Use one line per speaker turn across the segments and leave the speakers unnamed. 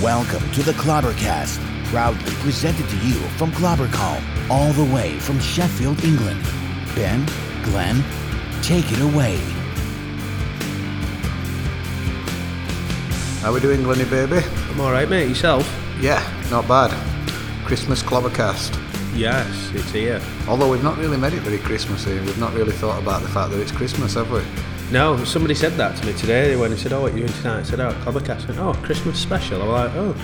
Welcome to the Clobbercast, proudly presented to you from Clobbercall, all the way from Sheffield, England. Ben, Glenn, take it away.
How we doing, Glenny baby?
I'm all right, mate. Yourself?
Yeah, not bad. Christmas clobbercast.
Yes, it's here.
Although we've not really made it very Christmassy, we've not really thought about the fact that it's Christmas, have we?
No, somebody said that to me today when they said, "Oh, what are you doing tonight?" I said, "Oh, Clobbercast." I went, "Oh, Christmas special." I'm like, "Oh,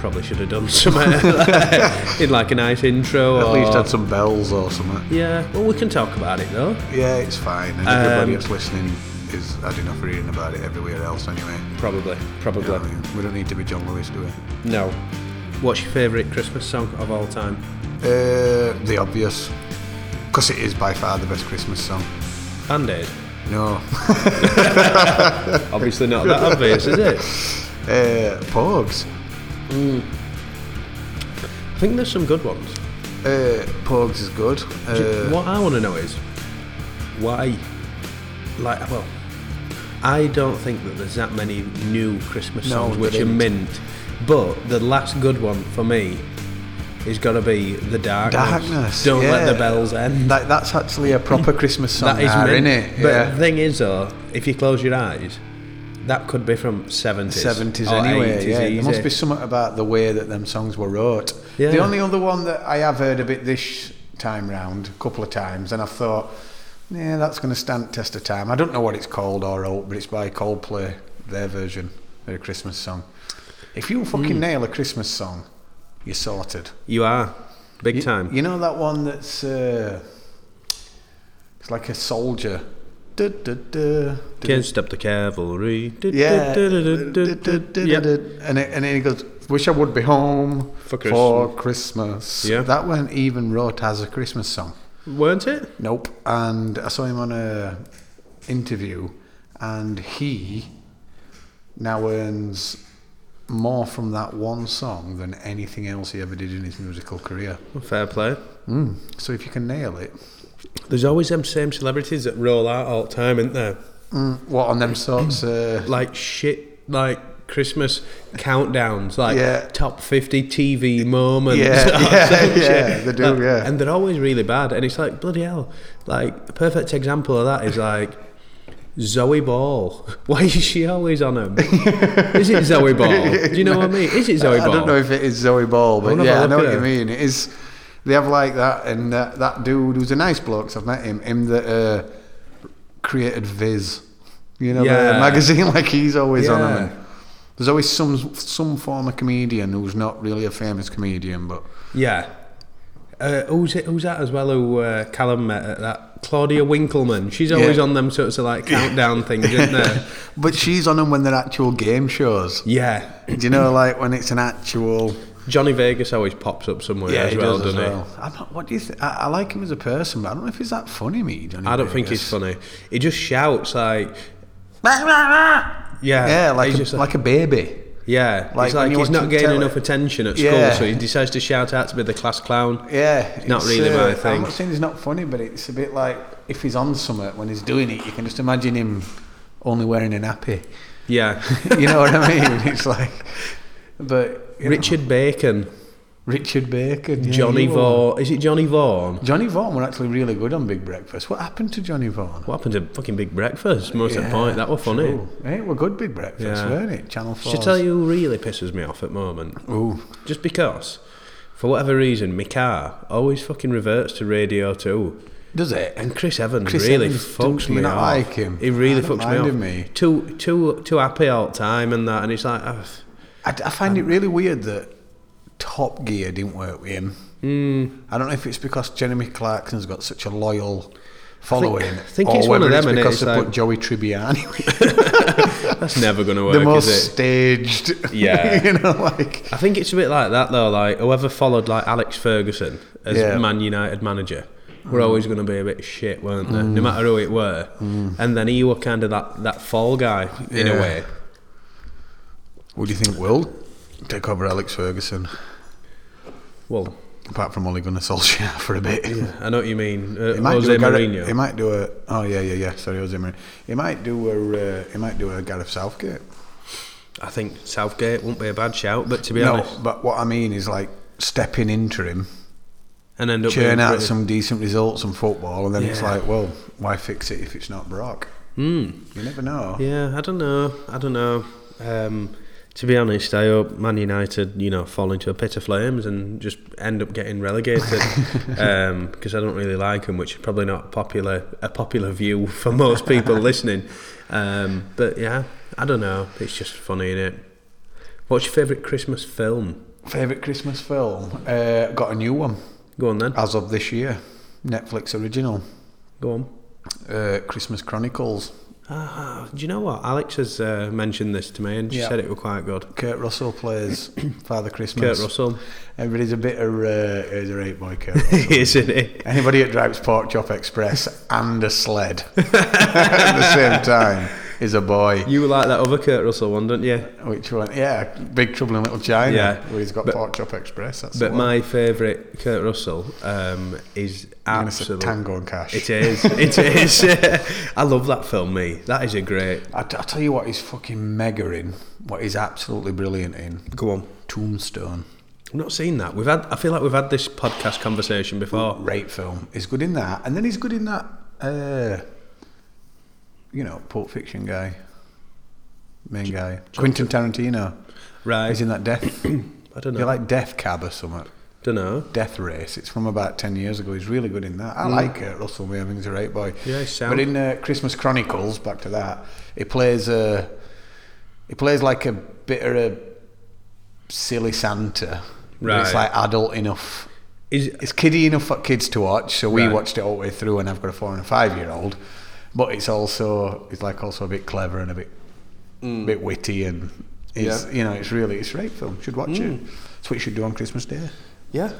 probably should have done something like, in like a nice intro."
At
or,
least had some bells or something.
Yeah, well, we can talk about it though.
Yeah, it's fine. And everybody that's listening is had enough reading about it everywhere else anyway.
Probably,
You know
probably.
what I mean? We don't need to be John Lewis, do we?
No. What's your favourite Christmas song of all time?
Uh, the obvious. Because it is by far the best Christmas song.
Band Aid.
No.
Obviously not that obvious, is it?
Uh, Pogues.
I think there's some good ones.
Uh, Pogues is good. Uh,
what I want to know is why, like, well, I don't think that there's that many new Christmas
No,
songs
there
which are
isn't.
mint, but the last good one for me is got to be The Darkness.
Darkness.
Don't let the
yeah.
bells end.
That, that's actually a proper Christmas song,
that is
isn't
mint.
it?
But
yeah.
the thing is, though, if you close your eyes, that could be from 70s.
70s
or
anyway.
80s,
yeah, there must
Oh, easy.
be something about the way that them songs were wrote. The
Yeah.
only other one that I have heard a bit this time round, a couple of times, and I thought, yeah, that's going to stand test of time. I don't know what it's called or wrote, but it's by Coldplay, their version of a Christmas song. If you
Hmm.
fucking nail a Christmas song, you're sorted.
You are. Big
You-
time.
You, know that one that's uh, it's like a soldier. Du- du- du- du-
Can't stop the cavalry.
Yeah.
Yep.
And it, and then he goes, "Wish I would be home
For
for Christmas."
Yeah.
That one even wrote as a Christmas song.
Weren't it?
Nope. And I saw him on a interview, and he now earns more from that one song than anything else he ever did in his musical career.
Well, fair play. Hmm.
Mm. So if you can nail it,
There's always them same celebrities that roll out all the time, isn't there?
Mm, what on them sorts? Uh,
Like shit, like Christmas countdowns, like
Yeah.
top 50 TV moments.
Yeah,
or
yeah,
some shit.
yeah, they do,
Like,
yeah.
And they're always really bad. And it's like, bloody hell. Like, a perfect example of that is like Zoe Ball. Why is she always on him? is it Zoe Ball? Do you know what I mean? Is it Zoe
I
Ball?
don't know if it is Zoe Ball, but
wanna
yeah, I
have a
know
look
what
at
you
her.
mean. It is. They have like that, and that, that dude who's a nice bloke. 'cause I've met him. Him that uh, created Viz, you know, the
Yeah.
magazine. Like he's always on
Yeah.
'em. There's always some some form of comedian who's not really a famous comedian, but
Yeah. Uh, who's it, who's that as well? Who uh, Callum met at that Claudia Winkleman? She's always on them sorts of like countdown things, isn't there?
but she's on them when they're actual game shows.
Yeah,
Do you know, like when it's an actual
Johnny Vegas always pops up somewhere as
he
well,
does as
doesn't he?
well. I'm not, what do you? Th- I, I like him as a person, but I don't know if he's that funny. Me, Johnny
I don't think
Vegas.
he's funny. He just shouts like, yeah,
Yeah, like
he's
a,
just
like a baby.
yeah,
like
it's
when
like
you
he's
watch
not
him
getting
tell
enough
it.
attention at
Yeah.
school, so he decides to shout out to be the class clown.
Yeah, it's uh,
not really my thing.
I'm not saying he's not funny, but it's a bit like if he's on something when he's doing it, you can just imagine him only wearing a nappy.
Yeah,
You know what I mean? It's like, but you know,
Richard Bacon,
Richard Bacon, yeah,
Johnny
you were-
Vaughan. Is it Johnny Vaughan?
Johnny Vaughan were actually really good on Big Breakfast. What happened to Johnny Vaughan?
What happened to fucking Big Breakfast? Most of the point, that were funny.
Ooh, eh, it were good Big Breakfast,
Yeah.
weren't it? Channel Four.
Should I tell you who really pisses me off at the moment?
Ooh,
Just because, for whatever reason, my car always fucking reverts to Radio 2.
does it?
And Chris Evans
Chris
really
Evans,
fucks
don't
me
you not
off.
like him?
He really
I don't
fucks me
mind
off.
him, he.
Too, too, too happy all the time and that. And it's like, ah, ugh.
I, I find it really weird that Top Gear didn't work with him.
Hmm.
Mm. I don't know if it's because Jeremy Clarkson's got such a loyal following,
I think
or
it's one
whether
of them,
it's
innit?
because
It's
they
like-
put Joey Tribbiani, with
that's never going to work,
the most
is it?
staged.
Yeah.
you know, like
I think it's a bit like that though. Like whoever followed like Alex Ferguson as
Yeah.
Man United manager, were always going to be a bit shit, weren't they?
Mm.
No matter who it were. And then he were kind of that that fall guy in
Yeah.
a way.
what do you think will take over Alex Ferguson?
Well,
Apart from Ole Gunnar Solskjaer for a bit.
I know what you mean. Uh,
He might,
Jose
do a Gareth-
Mourinho.
he might do a oh yeah yeah yeah sorry Jose Mourinho he might do a uh, he might do a Gareth Southgate
I think Southgate won't be a bad shout, but to be
no,
honest,
but what I mean is like stepping into him,
and end up being
churn out
pretty-
some decent results in football, and then it's
Yeah. Hmm.
like, well, why fix it if it's not Brock? You never know.
Yeah, I don't know. I don't know. Um, to be honest, I hope Man United, you know, fall into a pit of flames and just end up getting relegated because I don't really like them, which is probably not popular a popular view for most people listening. Um, but yeah, I don't know. It's just funny, innit? What's your favourite Christmas film?
Favorite Christmas film? Uh, got a new one
Go on then.
as of this year, Netflix original,
Go on.
uh, Christmas Chronicles.
Ah, do you know what? Alex has uh, mentioned this to me and she
Yeah.
said it were quite good.
Kurt Russell plays Father Christmas.
Kurt Russell.
Everybody's a bit of uh, he's a right boy, Kurt. Russell.
Isn't it?
Anybody that drives Pork Chop Express and a sled at the same time is a boy.
You were like that other Kurt Russell one, don't you?
Which one? Yeah, Big Trouble in Little China.
Yeah.
where he's got
But-
Pork Chop Express. That's
But
the one.
my favourite Kurt Russell um, is
I'm gonna say
absolutely
Tango and Cash.
It is. It is. I love that film. Me. That is a great.
I, t- I tell you what, he's fucking mega in. What he's absolutely brilliant in.
Go on.
Tombstone.
I've not seen that. We've had. I feel like we've had this podcast conversation before.
Great film. He's good in that, and then he's good in that. Uh, you know, Pulp Fiction guy, main guy, Quentin Tarantino.
Right.
He's in that Death.
I don't
you
know.
like Death Cab or something?
don't know.
Death Race. It's from about ten years ago. He's really good in that. I like Kurt Russell. I think he's a right boy.
Mm. Yeah, he's sound.
But in uh, Christmas Chronicles, back to that, he plays a he plays like a bit of a silly Santa. but It's
Right.
like adult enough.
Is
It's kiddie enough for kids to watch, so we
Right.
watched it all the way through, and I've got a four and a five year old. But it's also it's like also a bit clever and a bit bit witty and. It's,
Mm. Yeah. Mm.
You know, it's really it's a great film. Should watch it. That's what you should do on Christmas Day.
yeah.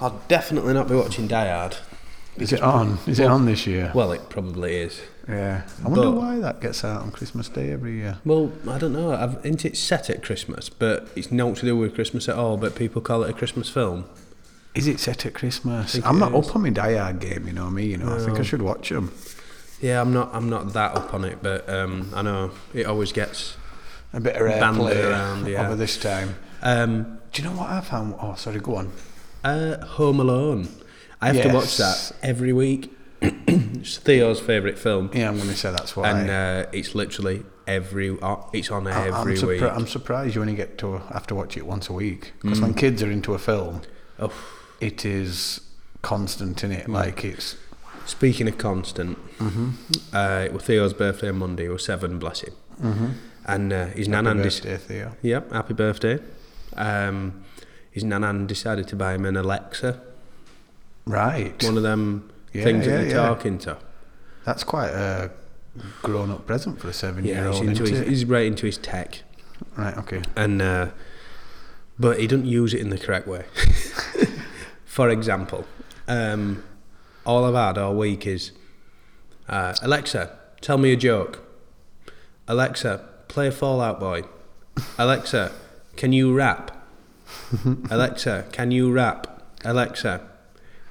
I'll definitely not be watching Die Hard.
Is it on? Is it on this year?
Well, it probably is.
yeah. I wonder
but-
why that gets out on Christmas Day every year.
Well, I don't know. I've, isn't it set at Christmas? But it's not to do with Christmas at all. But people call it a Christmas film.
Is it set at Christmas?
think
I'm
it
not
is.
up on my Diard game, you know me. You know, I think I should watch them.
Yeah, I'm not. I'm not that up on it, but um, I know it always gets.
A bit of
Banded
airplay
around, yeah.
over this time.
Um,
Do you know what I found? Oh, sorry, go on.
uh, Home Alone. I have to watch
Yes.
that every week. it's Theo's favourite film,
Yeah, I'm going to say that's why.
and uh, it's literally every. Uh, it's on
I-
every
I'm, surpri-
week.
I'm surprised you only get to have to watch it once a week because when kids are into a film,
Oh,
it is constant in it. Like it's
speaking of constant,
Mm-hmm.
uh, it was Theo's birthday on Monday. He was seven, bless him. And uh, his nan Andy.
Mm-hmm. birthday, Theo.
Yep, happy birthday. Um, his nan Ann decided to buy him an Alexa,
Right.
one of them
Yeah,
things
yeah,
that you're
yeah.
talking to.
That's quite a grown-up present for a
Yeah, he's,
seven-year-old.
into
isn't
his,
it?
he's right into his tech,
Right. Okay.
and uh, but he doesn't use it in the correct way. For example, um, all I've had all week is uh, Alexa, tell me a joke. Alexa, play Fallout Boy. Alexa, can you rap? Alexa, can you rap? Alexa,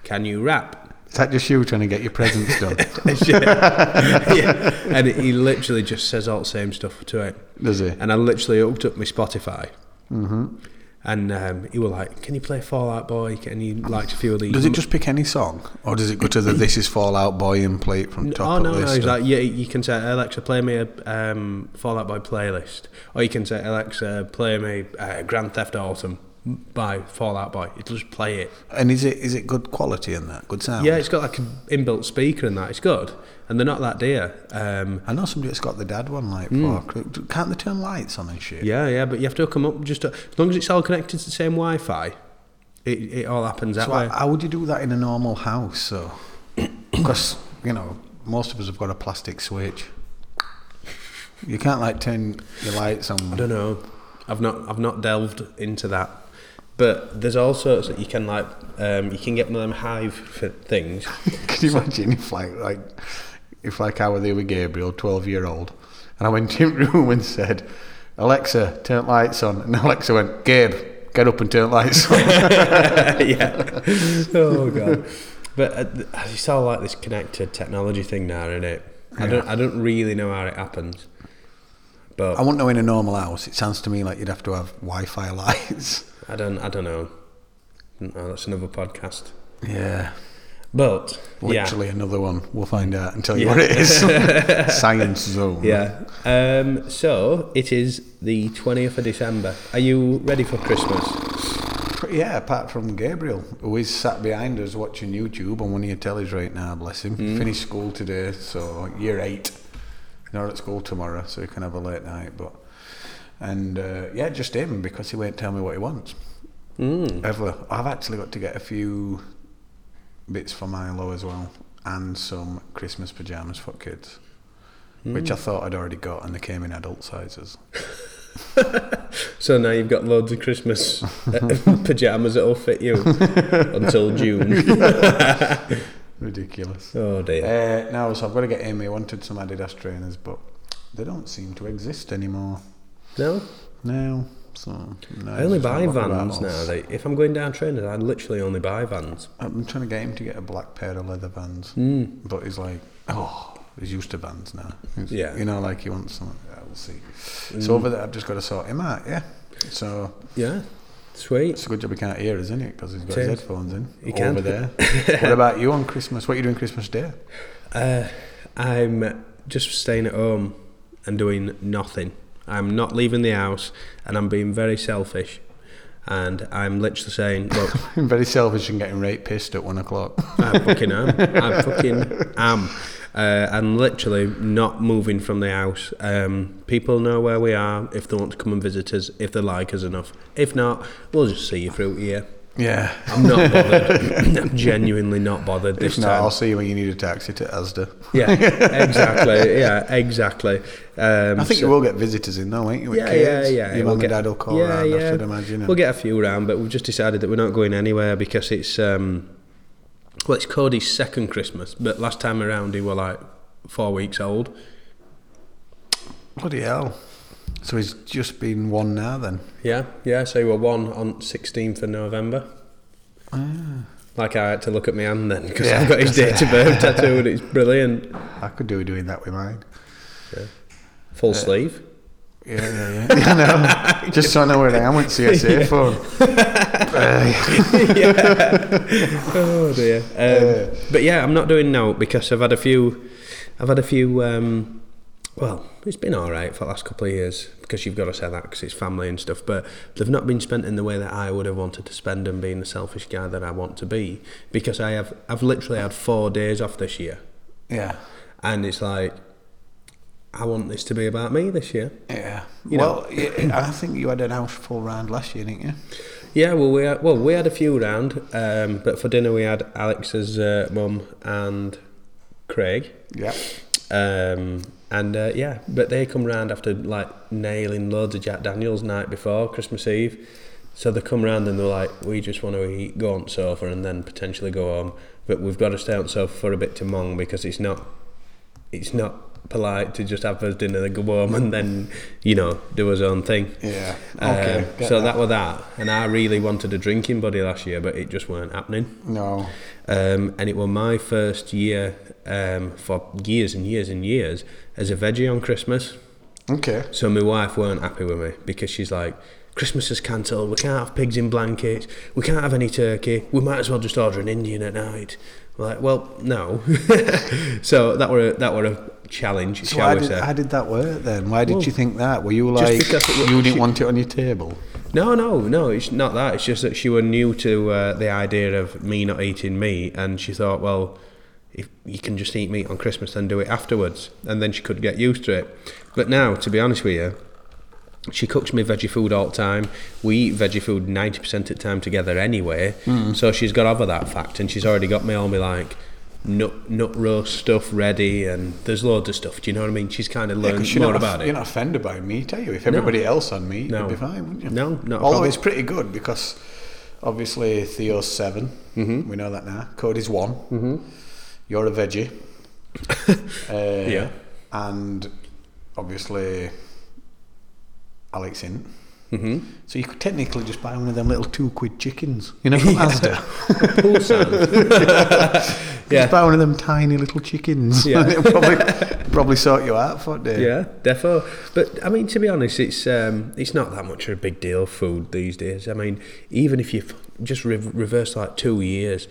can you rap?
Is that just you trying to get your presents done?
yeah. yeah. And he literally just says all the same stuff to it.
Does he? Mm-hmm.
And I literally hooked up my Spotify. And um, he was like, Can you play Fallout Boy? Can you like a few of these?
Does it just pick any song, or does it go to the "This is Fallout Boy" and play it from
Oh
top
no,
of
no!
list?
He's like, yeah, you can say Alexa, play me a um, Fallout Boy playlist, or you can say Alexa, play me uh, Grand Theft Autumn by Fallout Boy. It'll just play it.
and is it is it good quality in that? Good sound.
Yeah, it's got like an inbuilt speaker and that. It's good, and they're not that dear. Um,
I know somebody that's got the dad one like for. Can't they turn lights on and shit?
Yeah, yeah, but you have to hook 'em up just to, as long as it's all connected to the same Wi-Fi. It, it all happens that
So
way.
how, how would you do that in a normal house? So, because you know most of us have got a plastic switch. You can't like turn your lights on.
I don't know. I've not I've not delved into that. But there's all sorts that you can like um, you can get them hive fi- things.
Can you imagine if like like if like I were there with Gabriel, twelve year old, and I went in room and said, Alexa, turn lights on and Alexa went, Gabe, get up and turn lights on.
yeah. Oh god. But uh, th- it's all like this connected technology thing now, isn't it? I don't I don't really know how it happens. But
I wouldn't know in a normal house. It sounds to me like you'd have to have Wi-Fi lights.
I don't. I don't know. No, that's another podcast.
Yeah.
But
Literally another one. We'll find out and tell you what it is. Science zone.
yeah, yeah. Um, so it is the twentieth of December. Are you ready for Christmas?
Pr- Yeah, apart from Gabriel, who is sat behind us watching YouTube on one of your tellies right now, bless him. Finished school today, so year eight. You're at school tomorrow, so you can have a late night. But And uh, yeah, just him, because he won't tell me what he wants.
Mm.
Ever. I've actually got to get a few bits for Milo as well, and some Christmas pyjamas for kids, which I thought I'd already got, and they came in adult sizes.
So now you've got loads of Christmas uh, pajamas that'll fit you until June.
Ridiculous.
Oh dear.
Uh, no, so I've got to get him. He wanted some Adidas trainers, but they don't seem to exist anymore.
No,
No, so no,
I only
it's not
buy
what they're
vans
about.
now. Like, if I'm going down trainers, I literally only buy vans.
I'm trying to get him to get a black pair of leather vans,
Hmm.
but he's like, oh, he's used to vans now. He's-
Yeah. Hmm.
you know, like he wants something. Yeah, we'll see. So over there, I've just got to sort him out. Yeah. So
Yeah, sweet.
it's a good job he can't hear, us, isn't it? Because he's got his
Cheers.
headphones in
He can.
over there. what about you on Christmas? What are you doing Christmas Day?
Uh, I'm just staying at home and doing nothing. I'm not leaving the house, and I'm being very selfish. And I'm literally saying, look,
I'm very selfish and getting right pissed at one o'clock.
I fucking am. I fucking am. Uh, I'm literally not moving from the house. Um, people know where we are if they want to come and visit us, if they like us enough. If not, we'll just see you through here.
yeah.
I'm not bothered. I'm genuinely not bothered this
If not,
time.
I'll see you when you need a taxi to Asda.
Yeah, exactly. Yeah, exactly. Um,
I think
so-
you will get visitors in though, ain't you? with
yeah, yeah,
kids?
yeah.
Your
we'll
mum
get-
and dad will call around, I should imagine.
We'll get a few round, but we've just decided that we're not going anywhere because it's um, well, it's Cody's second Christmas, but last time around he were like four weeks old.
Bloody hell. So he's just been one now then.
Yeah, yeah. So he were one on sixteenth of November. Like I had to look at my hand then because
Ah. Yeah,
I've got his
'cause, uh,
date of birth tattooed. It's brilliant.
I could do with doing that with mine.
Full sleeve.
Yeah, yeah, yeah. I know. Just so I know where I am with CSA phone.
Oh dear. Um, but yeah, I'm not doing now because I've had a few. I've had a few. Um, well, it's been all right for the last couple of years because you've got to say that because it's family and stuff. But they've not been spent in the way that I would have wanted to spend them, being the selfish guy that I want to be. Because I have, I've literally had four days off this year,
Yeah.
and it's like, I want this to be about me this year.
Yeah.
You
well, yeah, I think you had an house full round last year, didn't you?
Yeah, well, we had, well we had a few round, um, but for dinner we had Alex's uh, mum and Craig.
Yeah.
Um, and uh, yeah, but they come round after like nailing loads of Jack Daniels night before Christmas Eve. So they come round and they're like, we just want to eat, go on sofa, and then potentially go home. But we've got to stay on sofa for a bit to mong because it's not, it's not polite to just have us dinner, then go home, and then you know do us own thing.
Yeah.
Um,
Okay. get
so that. were that, and I really wanted a drinking buddy last year, but it just weren't happening.
No.
Um, and it was my first year um, for years and years and years as a veggie on Christmas.
Okay.
So my wife weren't happy with me because she's like, Christmas is cancelled. We can't have pigs in blankets. We can't have any turkey. We might as well just order an Indian at night. I'm like, well, no. so that were a, that were a challenge,
So
shall
how
we
did,
say?
how did that work then? Why did
Well,
you think that? Were you like,
because it was-
you didn't
she-
want it on your table?
No, no, no. It's not that. It's just that she were new to uh, the idea of me not eating meat, and she thought, well, if you can just eat meat on Christmas, then do it afterwards, and then she could get used to it. But now, to be honest with you, she cooks me veggie food all the time. We eat veggie food ninety percent of the time together anyway, so she's got over that fact, and she's already got me all my like. Nut, nut roast stuff ready, and there's loads of stuff. Do you know what I mean? She's kind of learned
'Cause you're
more
not,
about it.
You're not offended by meat, are you? If everybody else on meat,
No.
you'd be fine, wouldn't you?
No, not a
Although
problem.
it's pretty good because obviously Theo's 7
Mm-hmm.
We know that now. Cody's one. Mm-hmm. You're a veggie. uh,
Yeah.
And obviously Alex in. Mm-hmm. So you could technically just buy one of them little two quid chickens, you know, from Asda.
Poolside. Yeah.
Just buy one of them tiny little chickens.
Yeah.
It'll probably, probably sort you out for it, Dave.
Yeah, defo. But I mean, to be honest, it's um, it's not that much of a big deal. Food these days. I mean, even if you f- just re- reverse like two years,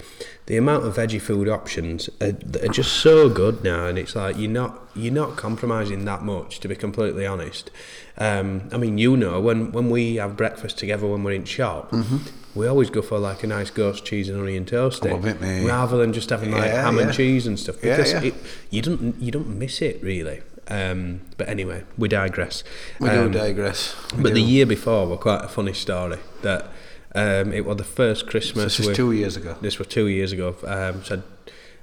the amount of veggie food options are, that are just so good now, and it's like you're not you're not compromising that much. To be completely honest, um, I mean, you know, when when we have breakfast together when we're in shop.
Mm-hmm.
We always go for like a nice goat's cheese and onion toast,
love it, mate.
rather than just having like
Yeah,
ham and
yeah.
cheese and stuff.
Yeah,
Because
yeah.
It, you don't you don't miss it really. Um, but anyway, we digress.
We
Um,
do digress. We
But the
do.
year before were quite a funny story. That um, it was the first Christmas.
This was
we-
two years ago.
This was two years ago. Um, so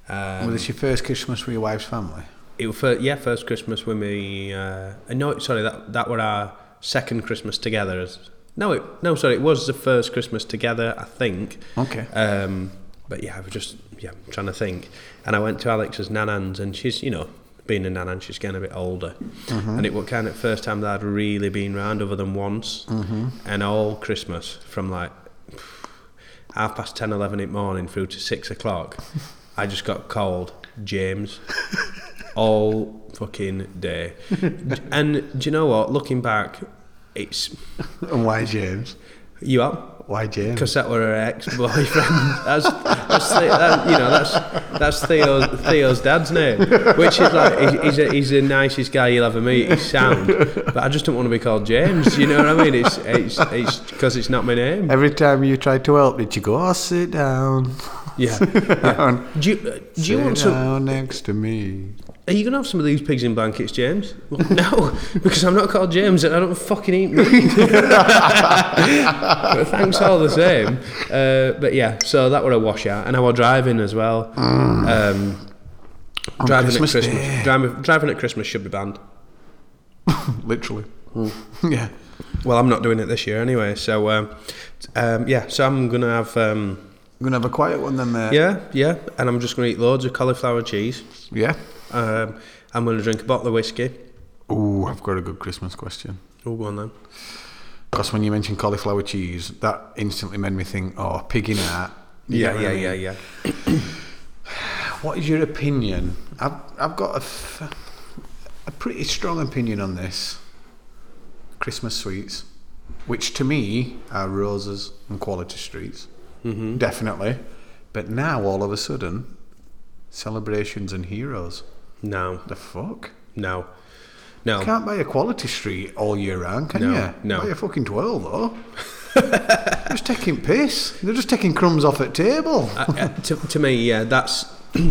um,
Was this your first Christmas with your wife's family?
it was first, yeah, first Christmas with me. Uh, no, sorry, that that were our second Christmas together. As no, it, no, sorry, it was the first Christmas together, I think.
Okay.
Um, but yeah, I was just yeah I'm trying to think, and I went to Alex's nanans, and she's you know being a nanan, she's getting a bit older, and it was kind of first time that I'd really been round other than once, and all Christmas from like half past 10, 11 in the morning through to six o'clock, I just got called James all fucking day. and do you know what? Looking back, it's
And why James?
you up
Why James?
because that were her ex-boyfriend. that's, that's the, that, you know that's that's Theo, Theo's dad's name, which is like he's, he's, a, he's the nicest guy you'll ever meet. He's sound, but I just don't want to be called James. You know what I mean? It's it's it's because it's not my name.
Every time you tried to help, did you go, oh, sit down.
Yeah. yeah. Do you uh, do you
sit
want some?
down next to me.
Are you gonna have some of these pigs in blankets, James? Well, no, because I'm not called James and I don't fucking eat meat. but thanks all the same. Uh, but yeah, so that were a washout, and I were driving as well. Um, driving
Christmas
at Christmas,
Day.
driving, driving at Christmas should be banned.
Literally. yeah.
Well, I'm not doing it this year anyway. So um, t- um, yeah, so I'm gonna have um,
We're going to have a quiet one then, mate.
yeah, yeah, and I'm just gonna eat loads of cauliflower cheese.
Yeah.
Um, I'm gonna drink a bottle of whiskey.
Ooh, I've got a good Christmas question.
Oh, go on then.
Because when you mentioned cauliflower cheese, that instantly made me think, oh, pig in hat. You get
Yeah,
what
yeah,
I mean?
yeah, yeah.
What is your opinion? I've, I've got a, f- a pretty strong opinion on this. Christmas sweets, which to me are roses and quality streets, mm-hmm. definitely. But now all of a sudden, celebrations and heroes.
No.
The fuck?
No. No.
Can't buy a quality street all year round, can
No,
you?
no.
Buy a fucking twirl though. just taking piss. They're just taking crumbs off at table.
Uh, uh, to, to me, yeah, that's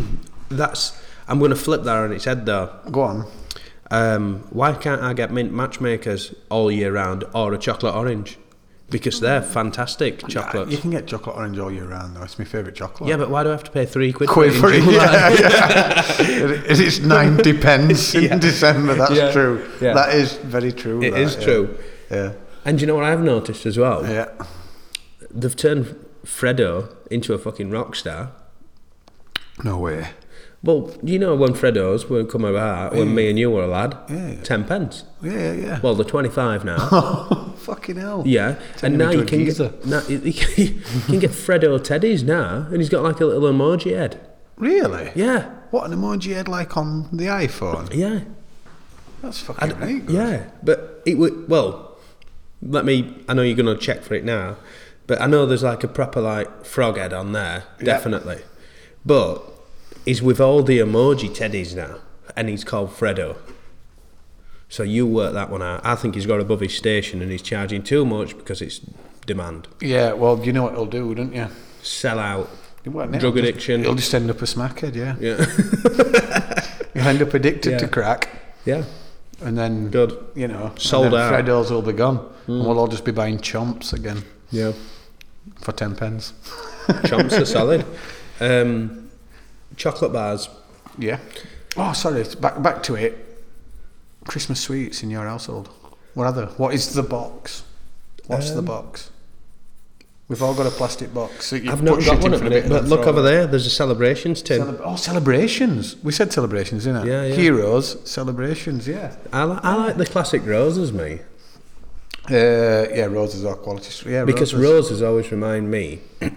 that's. I'm going to flip that on its head though.
Go on.
Um, why can't I get mint matchmakers all year round or a chocolate orange? Because they're fantastic chocolates.
You
Yeah,
can get chocolate orange all year round though. It's my favourite chocolate.
but why do I have to pay three quid,
Quid for it,
in July?
yeah, yeah. It- it's ninety pence in
Yeah.
December. That's
Yeah,
true.
yeah.
That is very true.
It
that,
is
yeah.
true.
Yeah.
And do you know what I've noticed as well?
Yeah.
They've turned Fredo into a fucking rock star.
No way.
Well, you know when Fredos were come about when me and you were a lad,
Yeah.
ten pence.
Yeah, yeah.
Well, they're twenty five now.
Fucking hell.
Yeah, and
him
now
into
you
a
can
geezer.
get now, you, you can get Fredo Teddy's now, and he's got like a little emoji head.
Really?
Yeah,
What an emoji head like on the iPhone.
yeah,
That's fucking right. good.
uh, yeah. But it would well. Let me. I know you're gonna check for it now, but I know there's like a proper like frog head on there, definitely. But he's with all the emoji Teddies now, and he's called Fredo. So you work that one out. I think he's got above his station, and he's charging too much because it's demand.
Yeah, well, you know what it'll do, don't you?
Sell out.
Well, no,
Drug
it'll just-
addiction.
It'll just end up a smackhead, yeah.
Yeah.
You'll end up addicted
Yeah.
to crack,
yeah.
and then,
Good.
you know, and
Sold
then
out. Hmm.
Fredos will be gone, and we'll all just be buying chomps again
Yeah.
for 10 pence.
Chomps are solid. Um, chocolate bars.
Yeah. Oh, sorry. it's Back back to it. Christmas sweets in your household. What other? What is the box? What's
Um,
the box? We've all got a plastic box. that you
I've
put
not
shit in
got one at
for
the
a
minute,
bit and
but
then
look
throw
over
it.
there. There's a celebrations tin.
Celeb- oh, celebrations. We said celebrations, didn't it?
Yeah, yeah.
Heroes, celebrations, yeah.
I, li- I like the classic roses, mate.
Uh, yeah, roses are quality street. Yeah,
Because
roses.
roses always remind me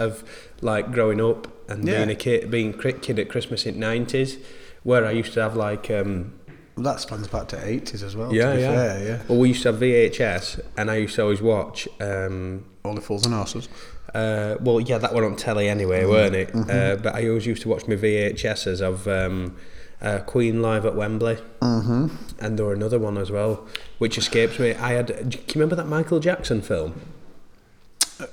of like growing up and
Yeah.
being a kid, being cri- kid at Christmas in nineties, where I used to have like um,
Well, that spans back to eighties as well.
yeah,
Oh, to be
yeah.
Fair, yeah.
Well, we used to have VHS, and I used to always watch. Um,
Only fools and horses.
uh, well, yeah, that were on telly anyway,
Mm-hmm.
weren't it? Uh, but I always used to watch my VHSs of um, uh, Queen live at Wembley, mm-hmm. and there were another one as well, which escapes me. I had. Do you remember that Michael Jackson film?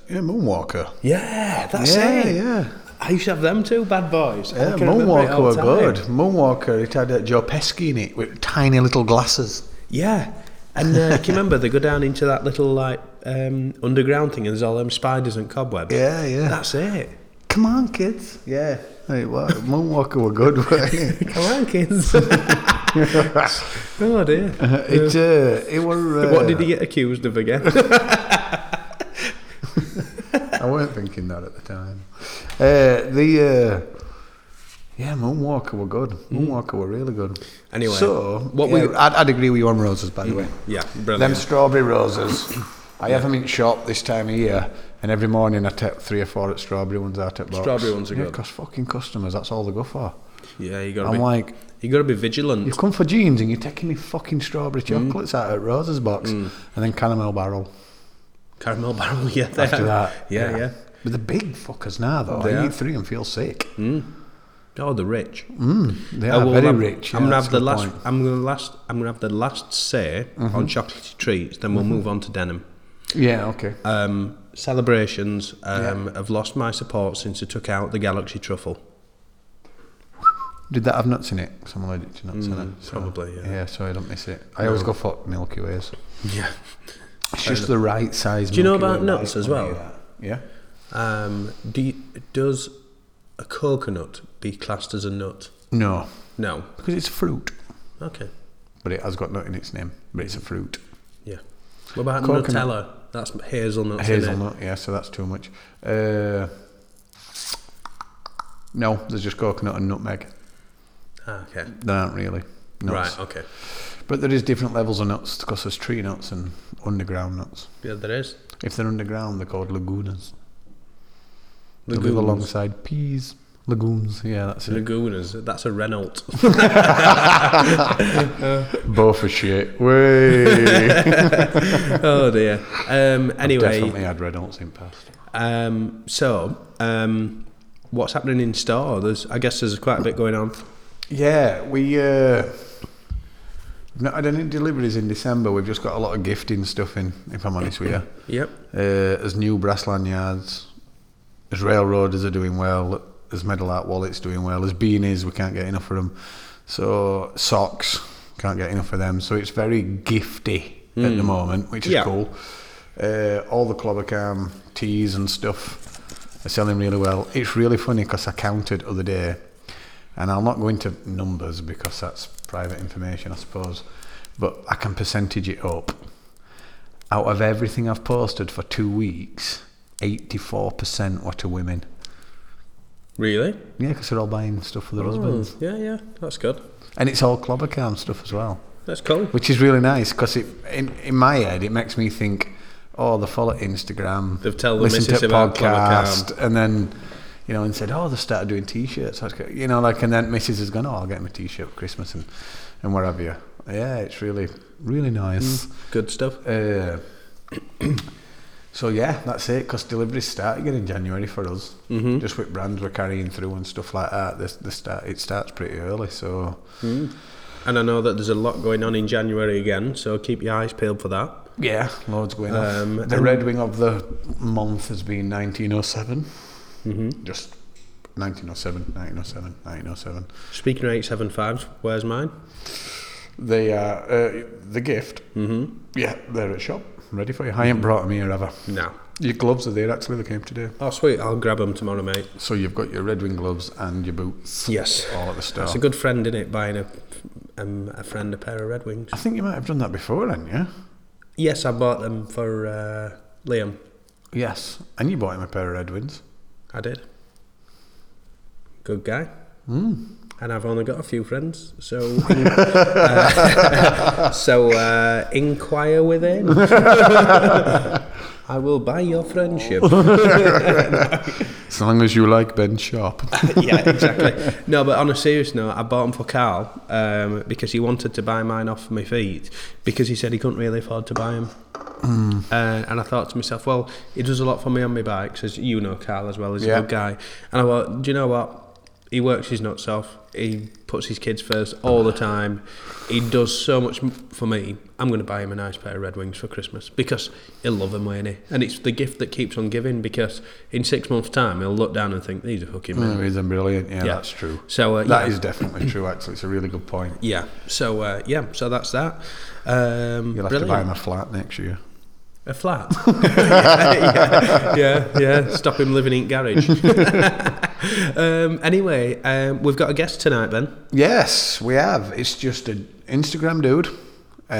Yeah, Moonwalker.
Yeah, that's
yeah,
it.
yeah.
I used to have them too, bad boys. I
Yeah,
can remember it
Moonwalker
all
were
the
good.
time.
Moonwalker, it had uh, Joe Pesci in it with tiny little glasses.
Yeah. And uh, can you remember they go down into that little like um, underground thing and there's all them spiders and cobwebs?
Yeah, yeah.
That's it.
Come on, kids. Yeah. Hey, what? Moonwalker were good, weren't it?
Come on, kids. oh dear.
it, uh, it were. Uh,
what did he get accused of again?
I weren't thinking that at the time. Uh, the uh, yeah, Moonwalker were good. Moonwalker were really good.
Hmm. Anyway,
so
what
what
we- Hmm.
we I'd, I'd agree with you on roses, by the way.
yeah,
Them
brilliant.
strawberry roses. I have them in shop this time of year, and every morning I take three or four at strawberry ones out at box.
Strawberry ones are
yeah,
good.
Because fucking customers, that's all they go for.
yeah, you gotta
I'm
be.
like,
you gotta be vigilant.
you've come for jeans and you're taking me fucking strawberry
Mm.
chocolates out at Rose's box, and then caramel barrel.
Caramel barrel. Yeah, they
After
are.
that,
Yeah, yeah,
But the big fuckers now, though,
They
I
are.
eat three and feel sick. Mm.
Oh, the rich.
They
I
are
will
very
have-
rich.
Uh, I'm
Mm-hmm. yeah,
gonna
that's
have the
a good
last.
point. Mm-hmm.
I'm gonna last. I'm gonna have the last say on chocolatey treats. Then we'll move on to denim.
Yeah, okay.
Um, celebrations um, have lost my support since I took out the Galaxy Truffle.
Did that have nuts in it? Because I'm allergic to nuts in it. so-
Mm, probably, yeah.
Yeah, so I don't miss it. I always go for Milky Ways.
Yeah.
It's just the right size. Do
you know about nuts as well?
Yeah.
Um, do you, does a coconut be classed as a nut?
No,
No.
because it's a fruit,
Okay.
but it has got nut in its name. But it's a fruit.
Yeah. What about
Coconut.
Nutella? That's hazelnuts. isn't it?
Hazelnut. Yeah, so that's too much. Uh, no, there's just coconut and nutmeg.
Ah, okay.
There aren't really nuts,
Right. Okay.
but there is different levels of nuts because there's tree nuts and underground nuts.
Yeah, there is.
If they're underground, they're called lagunas. They live
Lagoons.
alongside peas, lagoons. Yeah, that's it.
Lagunas. That's a Renault.
Both are shit. Way.
oh dear. Um, anyway,
Definitely had red nuts in past.
Um, so, um, what's happening in store? There's, I guess, there's quite a bit going on.
Yeah, we uh, we've not had any deliveries in December. We've just got a lot of gifting stuff in, if I'm honest with you.
Yep.
Uh, as new brass lanyards, as railroaders are doing well, as metal art wallets doing well, as beanies we can't get enough of them. So socks can't get enough of them. So it's very gifty at the moment, which is
Yeah.
cool. Uh, all the Clobbercam teas and stuff are selling really well. It's really funny because I counted other day, and I'll not go into numbers because that's private information, I suppose. But I can percentage it up. Out of everything I've posted for two weeks, 84% were to women.
Really?
Yeah, because they're all buying stuff for their
Oh,
husbands.
yeah, yeah. That's good.
And it's all Clobbercam stuff as well.
That's cool.
which is really nice because it in, in my head it makes me think oh they follow Instagram
They've told the
listen
missus
to
about
podcast and then you know and said oh they started doing t-shirts I was go- you know like and then Mrs has gone oh I'll get him a t-shirt for Christmas and and where have you yeah it's really really nice
Good stuff.
uh, so yeah, that's it. Because deliveries start again in January for us. Just with brands we're carrying through and stuff like that. This, this start it starts pretty early. So
And I know that there's a lot going on in January again, so keep your eyes peeled for that.
Yeah, loads going
Um,
on. The
and-
Red Wing of the month has been 1907. Mm-hmm. Just 1907, 1907, 1907.
Speaking of 875s, where's mine?
They are uh, the gift. Mm-hmm. Yeah, they're at shop, ready for you. I ain't brought them here ever.
No.
Your gloves are there actually. They came today.
Oh, sweet. I'll grab them tomorrow, mate.
So you've got your Red Wing gloves and your boots.
Yes.
all at the store.
It's a good friend, in it, buying a, um, a friend a pair of Red Wings.
I think you might have done that before, hadn't you?
Yes, I bought them for uh, Liam.
Yes, and you bought him a pair of Red Wings.
I did. Good guy. and I've only got a few friends, so uh, so uh, inquire within. I will buy your friendship.
As long as you like Ben Sharp.
yeah, exactly. No, but on a serious note, I bought them for Carl um, because he wanted to buy mine off my feet because he said he couldn't really afford to buy them. Uh, and I thought to myself, well, he does a lot for me on my bikes, as you know, Carl as well. He's
Yeah.
a good guy. And I thought, do you know what? He works his nuts off. He puts his kids first all the time. He does so much m- for me. I'm going to buy him a nice pair of Red Wings for Christmas because he'll love them, won't he? And it's the gift that keeps on giving because in six months' time, he'll look down and think, these are fucking men.
Oh, he's a brilliant. Yeah,
Yeah.
that's true.
So uh,
That
yeah.
is definitely true. Actually, it's a really good point.
yeah. So uh, yeah. So that's that. Um,
You'll have to buy him
brilliant.
a flat next year.
a flat. yeah, yeah, yeah. Stop him living in garage. um, anyway, um, we've got a guest tonight, Ben.
Yes, we have. It's just an Instagram dude. Uh,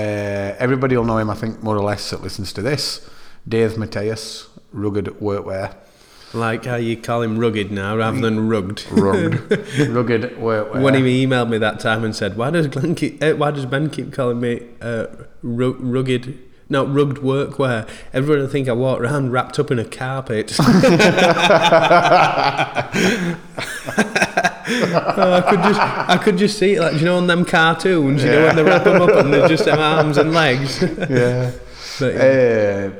everybody will know him, I think, more or less, that listens to this. Dave Mateus, rugged workwear.
Like how you call him rugged now rather than rugged.
Rugged. rugged workwear.
When he emailed me that time and said, "Why does Glenn keep, uh, Why does Ben keep calling me uh, ru- rugged?" No, rugged workwear. Everyone would think I walk around wrapped up in a carpet. Oh, I could just, I could just see it, like do you know, on them cartoons, you know, when they wrap them up and they're just them arms and legs.
yeah.
But,
Uh,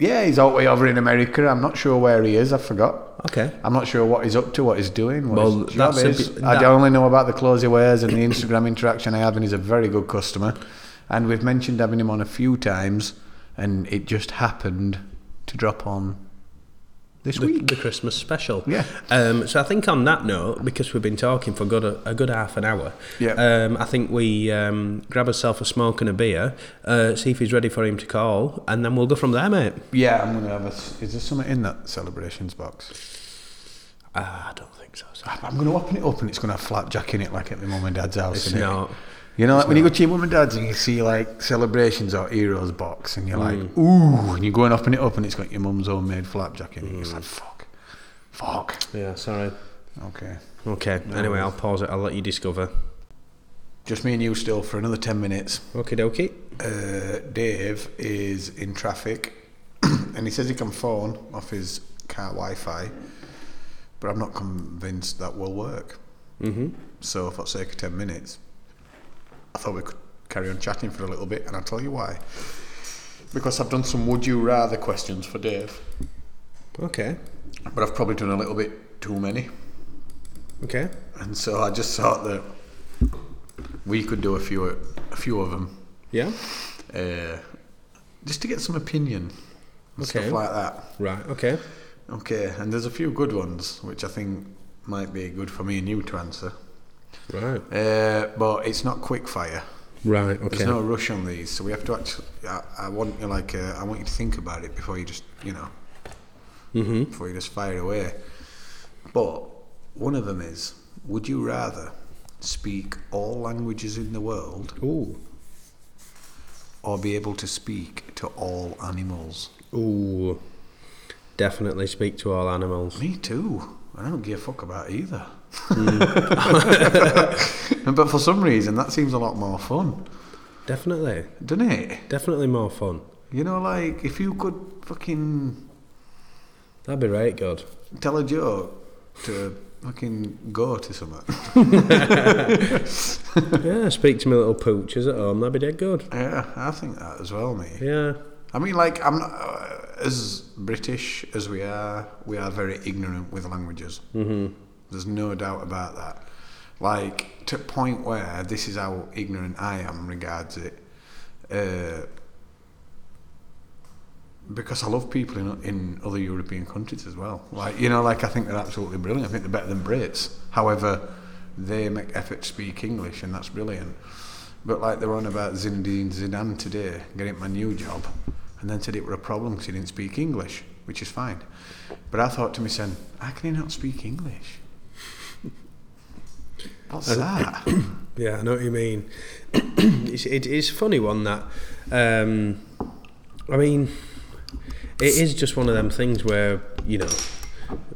yeah, he's all the way over in America. I'm not sure where he is. I forgot.
okay.
I'm not sure what he's up to, what he's doing, what
Well,
his job
that's a
is.
bit-
I
that-
only know about the clothes he wears and the Instagram interaction I have, and he's a very good customer. And we've mentioned having him on a few times, and it just happened to drop on this
the,
week.
the Christmas special.
Yeah.
Um, so I think on that note, because we've been talking for good a, a good half an hour,
Yeah.
um, I think we um, grab ourselves a smoke and a beer, uh, see if he's ready for him to call, and then we'll go from there, mate.
Yeah, I'm gonna have a. s- Is there something in that celebrations box?
Ah, I don't think so. so.
I'm gonna open it up, and it's gonna have flapjack in it, like at my mum and dad's house.
It's
innit?
not.
You know, like when you go to your mum and dad's and you see like celebrations or heroes box, and you're like,
Mm.
ooh, and you go and open it up, and it's got your mum's homemade flapjack in it.
Mm.
It's like fuck, fuck.
Yeah, sorry.
Okay,
Okay. Anyway, I'll pause it. I'll let you discover.
just me and you still for another ten minutes.
Okay, dokie.
Uh, Dave is in traffic, and he says he can phone off his car Wi-Fi, but I'm not convinced that will work.
Mhm.
So for the sake of 10 minutes, I thought we could carry on chatting for a little bit, and I'll tell you why. Because I've done some would you rather questions for Dave,
Okay.
but I've probably done a little bit too many.
Okay.
And so I just thought that we could do a few, a few of them
Yeah.
uh, just to get some opinion and
Okay.
stuff like that.
Right. Okay.
Okay, and there's a few good ones which I think might be good for me and you to answer.
Right.
Uh, but it's not quick fire.
Right.
There's
Okay.
no rush on these, so we have to actually. I, I want you like uh, I want you to think about it before you just you know
Mhm.
before you just fire away. But one of them is: Would you rather speak all languages in the world
Ooh.
or be able to speak to all animals?
Ooh. Definitely speak to all animals.
Me too. I don't give a fuck about either. but for some reason, that seems a lot more fun,
Definitely.
doesn't it?
Definitely more fun.
You know, like if you could fucking
That'd be right, God.
tell a joke to fucking go to something.
yeah, speak to my little pooches at home. That'd be dead good.
yeah, I think that as well, mate.
Yeah.
I mean, like, I'm not, uh, as British as we are, we are very ignorant with languages. Mm-hmm. There's no doubt about that. Like, to a point where this is how ignorant I am regards it. Uh, because I love people in, in other European countries as well. Like, you know, like, I think they're absolutely brilliant. I think they're better than Brits. However, they make effort to speak English, and that's brilliant. But like they're on about Zinedine Zidane today, getting my new job, and then said it were a problem because he didn't speak English, which is fine. But I thought to myself, how can he not speak English? What's that?
Yeah, I know what you mean. it's, it, it's a funny one, that. Um, I mean, it is just one of them things where, you know,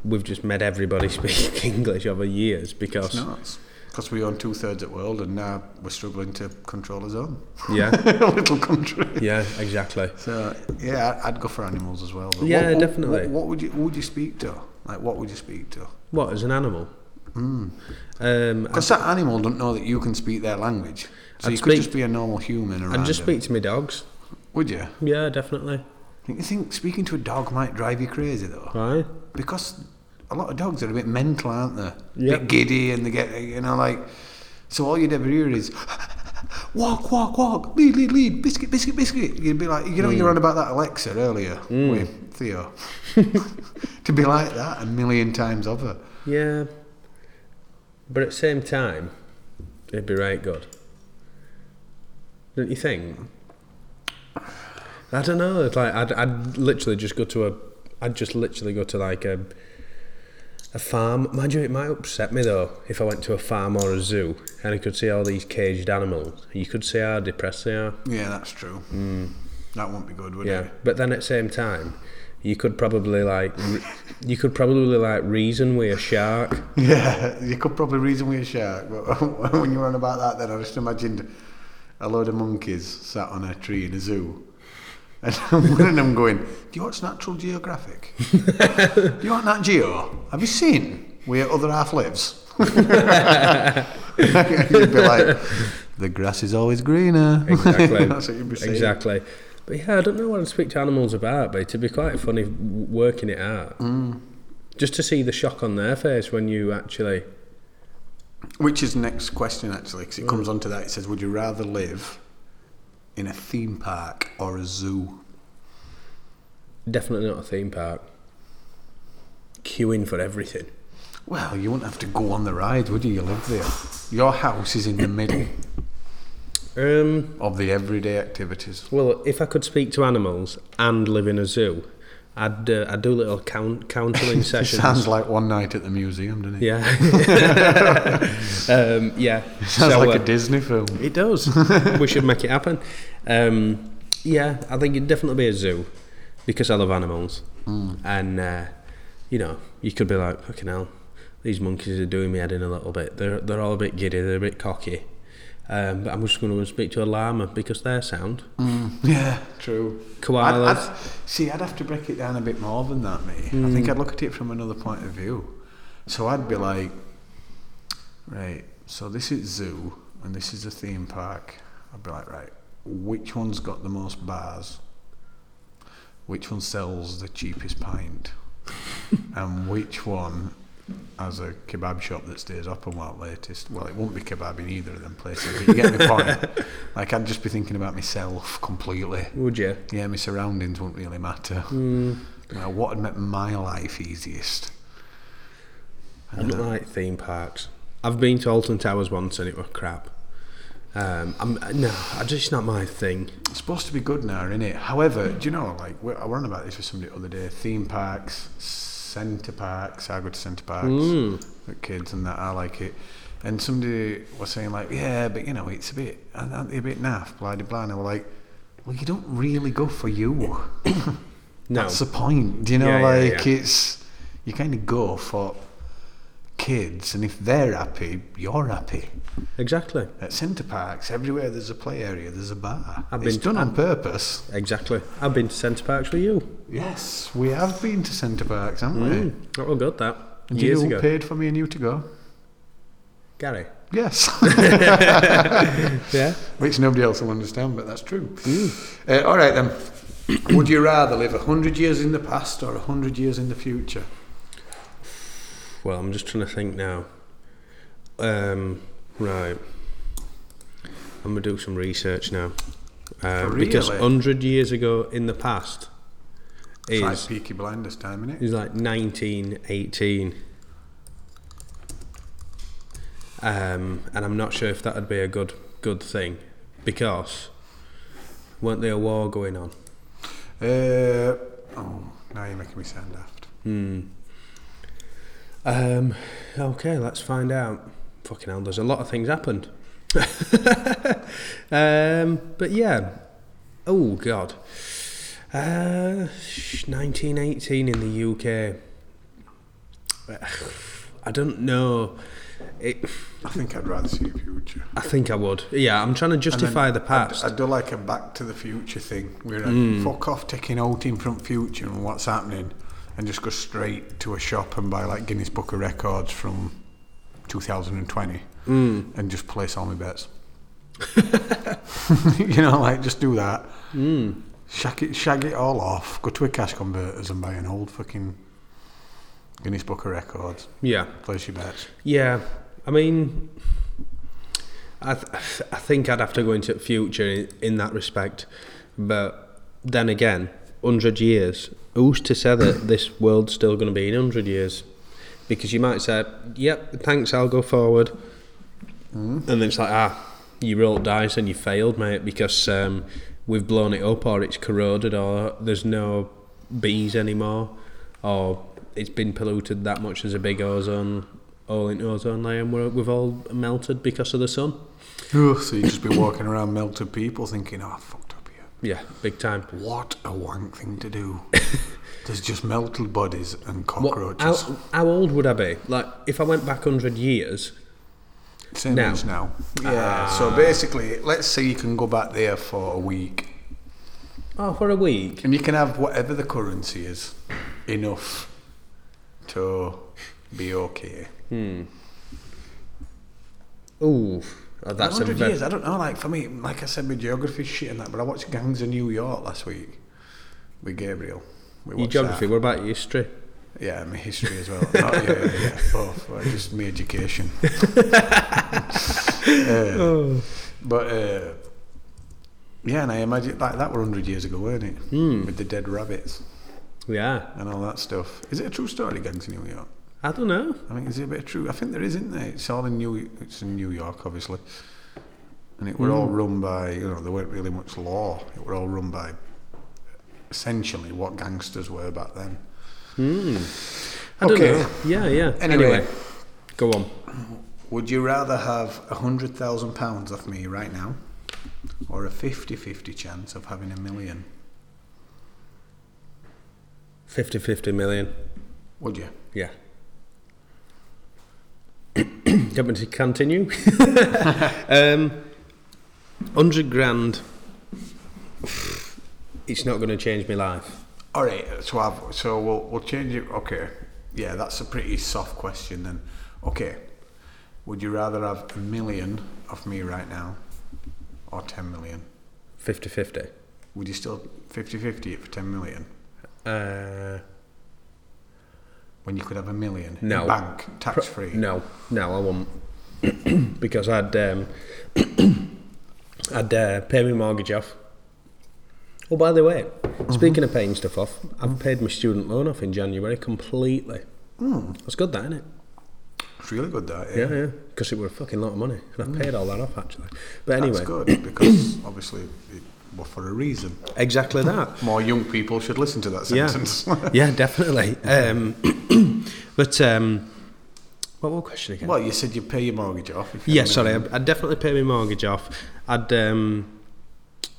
we've just made everybody speak English over years because
Nuts. because we own two thirds of the world, and now we're struggling to control our own
Yeah,
little country.
yeah, exactly.
So yeah, I- I'd go for animals as well. But
Yeah,
what, what,
definitely.
What, what would you who would you speak to? Like, what would you speak to?
What as an animal? Um,
Because that animal don't know that you can speak their language, so
I'd
you could
speak-
just be a normal human around.
I'd just
them.
speak to my dogs.
Would you?
Yeah, definitely.
You think speaking to a dog might drive you crazy though?
Why?
because a lot of dogs are a bit mental, aren't they?
Yeah.
A bit giddy, and they get you know like. So all you'd ever hear is walk, walk, walk, lead, lead, lead, biscuit, biscuit, biscuit. You'd be like, you know,
Hmm.
you were on about that Alexa earlier with Theo. to be like that a million times over.
Yeah, but at the same time, it'd be right good, don't you think? I don't know. It's like I'd, I'd literally just go to a, I'd just literally go to like a, a farm. Mind you, it might upset me though if I went to a farm or a zoo and I could see all these caged animals. You could see how depressed they are.
Yeah, that's true. That wouldn't be good, would
Hmm. Yeah,
it?
but then at the same time, you could probably like, re- you could probably like reason with a shark.
Yeah, you could probably reason with a shark, but when you were on about that, then I just imagined a load of monkeys sat on a tree in a zoo. And one of them going, Do you watch Natural Geographic? Do you want Nat Geo? Have you seen where other half lives? you'd be like, The grass is always greener.
Exactly.
That's what you'd be saying.
Exactly. But yeah, I don't know what I'd speak to animals about, but it'd be quite funny w- working it out.
Mm.
Just to see the shock on their face when you actually.
Which is the next question, actually, because it comes on to that. It says, Would you rather live in a theme park or a zoo?
Definitely not a theme park. Queuing for everything.
Well, you wouldn't have to go on the ride, would you? You live there. Your house is in the middle
Um,
of the everyday activities.
well, if I could speak to animals and live in a zoo, I'd, uh, I'd do little count- counselling
It
sessions.
sounds like one night at the museum, doesn't it?
Yeah. um, yeah.
Sounds
So,
like
uh,
a Disney film.
It does. we should make it happen. Um, yeah, I think it'd definitely be a zoo because I love animals. And, uh, you know, you could be like, fucking hell, these monkeys are doing me head in a little bit. They're, they're all a bit giddy, they're a bit cocky. Um, but I'm just going to speak to a llama because they're sound.
Mm. Yeah, true. I'd,
Koalas. Hmm.
I'd, see, I'd have to break it down a bit more than that, mate. I think I'd look at it from another point of view. So I'd be like, right, so this is zoo and this is a theme park. I'd be like, right, which one's got the most bars? Which one sells the cheapest pint? and which one has a kebab shop that stays open while latest? Well, it won't be kebab in either of them places, but you get the point. Like, I'd just be thinking about myself completely
Would you?
yeah, my surroundings wouldn't really matter. Well, what had make my life easiest?
I don't like theme parks. I've been to Alton Towers once and it was crap. Um, I'm, no, I just not my thing.
It's supposed to be good now, isn't it? However, do you know, like, we're, I were on about this with somebody the other day. Theme parks, centre parks. I go to centre parks
Hmm.
with kids and that. I like it. And somebody was saying, like, yeah, but you know, it's a bit, aren't they a bit naff, blah, blah, blah. And I were like, well, you don't really go for you.
No.
That's the point. Do you know,
Yeah, yeah,
like
yeah.
it's you kind of go for kids, and if they're happy, you're happy.
exactly.
At centre parks, everywhere there's a play area, there's a bar.
I've
it's
been to-
done on purpose.
Exactly. I've been to centre parks with you.
Yes, we have been to centre parks, haven't we?
That was good, that.
And do you
Mm. Years
know who
ago.
paid for me and you to go?
Gary.
Yes,
Yeah.
which nobody else will understand, but that's true.
Mm.
Uh, all right then. Would you rather live a hundred years in the past or a hundred years in the future?
Well, I'm just trying to think now. Um, right. I'm going to do some research now. Uh, Because
Really?
100 years ago in the past
It's like
is,
Peaky Blinders time, innit?
is like 1918. Um, and I'm not sure if that would be a good good thing because weren't there a war going on?
Uh, oh, now you're making me sound daft.
Um, okay, let's find out. Fucking hell, there's a lot of things happened. um, but yeah. Oh, God. Uh, sh- 1918 in the UK. I don't know. It,
I think I'd rather see a future.
I think I would. Yeah, I'm trying to justify the past. Hmm.
I do like a back to the future thing. We're like, fuck off taking out in front future and what's happening and just go straight to a shop and buy like Guinness Book of Records from 2020
Hmm.
and just place all my bets. you know, like just do that.
Hmm.
Shag, it, shag it all off. Go to a cash converters and buy an old fucking Guinness Book of Records.
yeah,
Place your bets.
yeah. I mean, I th- I think I'd have to go into the future in, in that respect, but then again, hundred years. Who's to say that this world's still going to be in hundred years? Because you might say, "Yep, thanks, I'll go forward," and then it's like, "Ah, you rolled dice and you failed, mate, because um, we've blown it up, or it's corroded, or there's no bees anymore, or it's been polluted that much as a big ozone." All in ozone layer, and we're, we've all melted because of the sun.
Ugh, so you just be walking around melted people thinking, oh, I fucked up here.
Yeah, big time.
What a wank thing to do. There's just melted bodies and
What,
cockroaches.
how, how old would I be? Like, if I went back 100 years,
Same
now?
as now. Yeah, so basically, let's say you can go back there for a week
oh, for a week.
and you can have whatever the currency is enough to be okay.
Ooh, oh, that's a
100
ve-
years, I don't know. Like for me, like I said, my geography shit and that, but I watched Gangs of New York last week with Gabriel. We
Your
watched
geography,
that.
what about your history?
Yeah, my history as well. Not, yeah, yeah, both. Well, just my education. Uh,
Oh.
But uh, yeah, and I imagine like that were hundred years ago, weren't it?
Hmm.
With the dead rabbits
Yeah.
and all that stuff. Is it a true story, Gangs in New York?
I don't know.
I mean, is it a bit of true? I think there is, isn't there? It's all in New. It's in New York, obviously, and it were all
Hmm.
run by. You know, there weren't really much law. It were all run by essentially what gangsters were back then.
Hmm. I don't
Okay.
know. Yeah, yeah.
Anyway.
go on.
Would you rather have a hundred thousand pounds off me right now, or a 50-50 chance of having a million?
50 50 million.
Would you?
Yeah. Do you want me to continue? um, 100 grand. It's not going to change my life.
All right, so I've, so we'll we'll change it. Okay, yeah, that's a pretty soft question then. Okay, would you rather have a million of me right now, or ten million?
50 50.
Would you still 50-50 it for ten million
Uh,
when you could have a million in
No.
bank tax free?
No, no, I won't, because I'd um, I'd uh, pay my mortgage off. Oh, by the way,
Mm-hmm.
speaking of paying stuff off, I've paid my student loan off in January completely. That's good, that isn't it?
It's really good that. Mm. Yeah, Mm.
Yeah, yeah, because it were a fucking lot of money, and I paid all that off actually. But
that's
anyway,
good because obviously it were for a reason.
exactly that.
More young people should listen to that
Yeah.
sentence.
yeah, definitely. Um, but um, what was the question again?
well, you said you'd pay your mortgage off. If you
Yeah,
had a
sorry,
million.
I'd, I'd definitely pay my mortgage off. I'd um,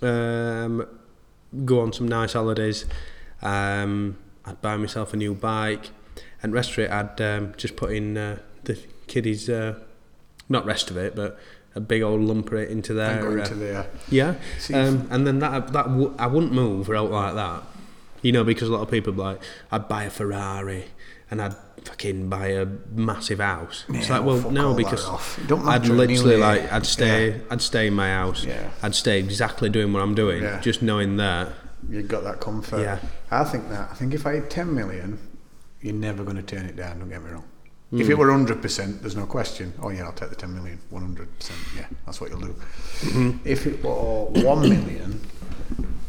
um, go on some nice holidays. Um, I'd buy myself a new bike, and rest of it, I'd um, just put in uh, the kiddies, uh, not rest of it, but a big old lump of it into
I'm
their.
going
uh,
to the
yeah,
See if-
um, and then that that w- I wouldn't move out like that, you know, because a lot of people be like I'd buy a Ferrari and I'd fucking buy a massive house. it's
Yeah,
like,
well,
well,
fuck all
no,
that
because
off. It don't
I'd
matter
literally
anyway.
like I'd stay I'd stay in my house.
Yeah.
I'd stay exactly doing what I'm doing,
Yeah.
just knowing that.
You got that comfort.
Yeah.
I think that. I think if I had 10 million, you're never going to turn it down, don't get me wrong.
Hmm.
If it were 100%, there's no question. Oh, yeah, I'll take the 10 million. 100%. Yeah, that's what you'll do.
Hmm.
If it were 1 million,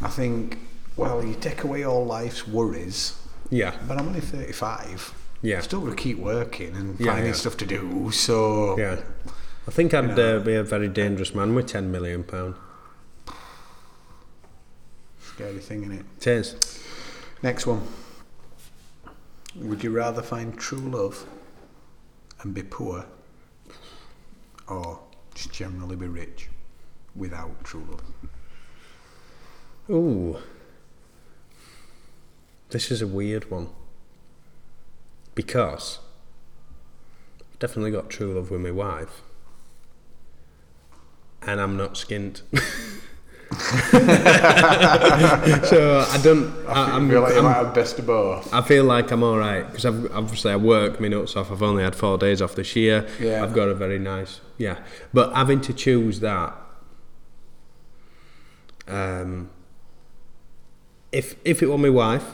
I think, well, you take away all life's worries,
Yeah,
but I'm only 35.
Yeah.
I'm still going to keep working and
Yeah,
finding
yeah.
stuff to do. So,
yeah. I think I'd uh, be a very dangerous man with ten million pound.
scary thing, innit?
Cheers.
Next one. Would you rather find true love and be poor or just generally be rich without true love?
Ooh, this is a weird one because definitely got true love with my wife, and I'm not skint. so I don't. I,
I
I'm,
feel like you
I'm-
might have best of both.
I feel like I'm all right because I've obviously I work my nuts off. I've only had four days off this year.
Yeah.
I've got a very nice yeah, but having to choose that, um, if if it were my wife,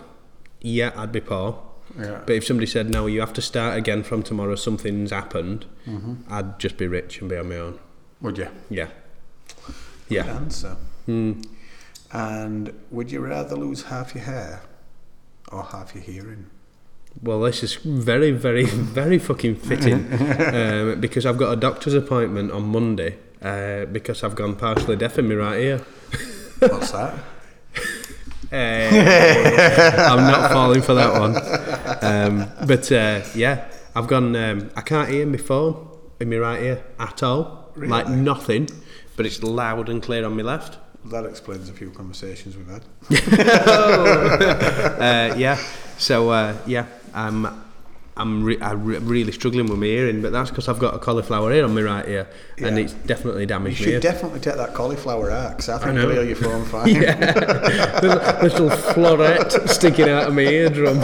yeah, I'd be poor.
Yeah.
But if somebody said no, you have to start again from tomorrow. Something's happened.
Mm-hmm.
I'd just be rich and be on my own.
Would you?
Yeah, yeah. Hmm.
Answer. And would you rather lose half your hair or half your hearing?
Well, this is very, very, very fucking fitting um, because I've got a doctor's appointment on Monday uh, because I've gone partially deaf in my right ear.
What's that?
Eh, I'm not falling for that one. Um, but uh, yeah, I've gone. Um, I can't hear my phone in my right ear at all, like nothing. But it's loud and clear on my left.
That explains a few conversations we've had.
uh, yeah. So uh, yeah, I'm I'm, re- I'm re- really struggling with my hearing, but that's because I've got a cauliflower ear on my right ear, and
Yeah.
it's definitely
You
damaged
should
me.
definitely take that cauliflower out because I think
know.
you'll hear your phone fine.
yeah, little, little floret sticking out of my eardrum.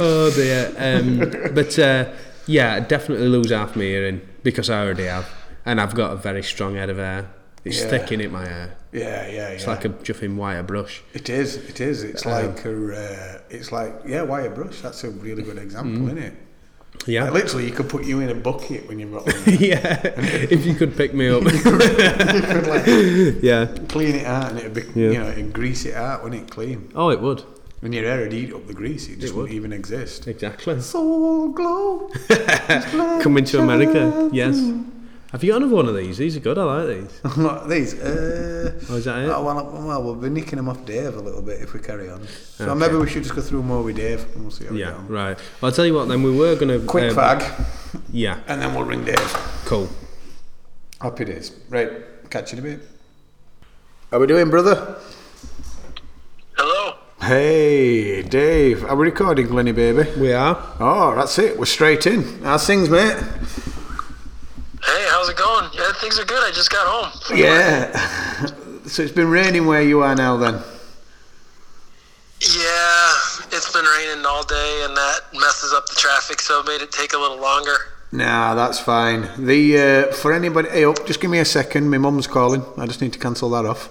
oh dear. Um, but uh, yeah, I definitely lose half my earring because I already have, and I've got a very strong head of hair. It's
Yeah.
thick in it, my hair.
Yeah, yeah, yeah.
It's like a juffing wire brush.
It is. It is. It's
Um,
like a. Uh, it's like yeah, wire brush. That's a really good example, isn't it?
Mm. Yeah.
Like, literally, you could put you in a bucket when you've got one.
yeah, if you could pick me up.
you could like
yeah.
clean it out, and it'd be
Yeah.
you know, and grease it out, wouldn't it? Clean.
Oh, it would.
When your hair would eat up the grease, it just wouldn't even exist.
Exactly.
Soul glow.
Coming to America. Yes. Have you got another one of these? These are good. I like these.
Not these. Uh,
Oh, is that it?
Oh, well, well, we'll be nicking them off Dave a little bit if we carry on. So maybe we should just go through more with Dave and we'll see how we get
Yeah.
on.
Right. Well, I'll tell you what. Then we were gonna
Quick
um,
fag,
Yeah.
and then we'll ring Dave.
Cool.
Happy days. Right, catch you in a bit. How we doing, brother?
Hello.
Hey, Dave. Are we recording, Glenny baby?
We are.
Oh, that's it. We're straight in. How's things, mate?
Hey, how's it going? Yeah, things are good. I just got home.
Yeah. so it's been raining where you are now, then.
Yeah, it's been raining all day, and that messes up the traffic, so it made it take a little longer.
Nah, that's fine. The uh, for anybody, hey, up, just give me a second. My mum's calling. I just need to cancel that off.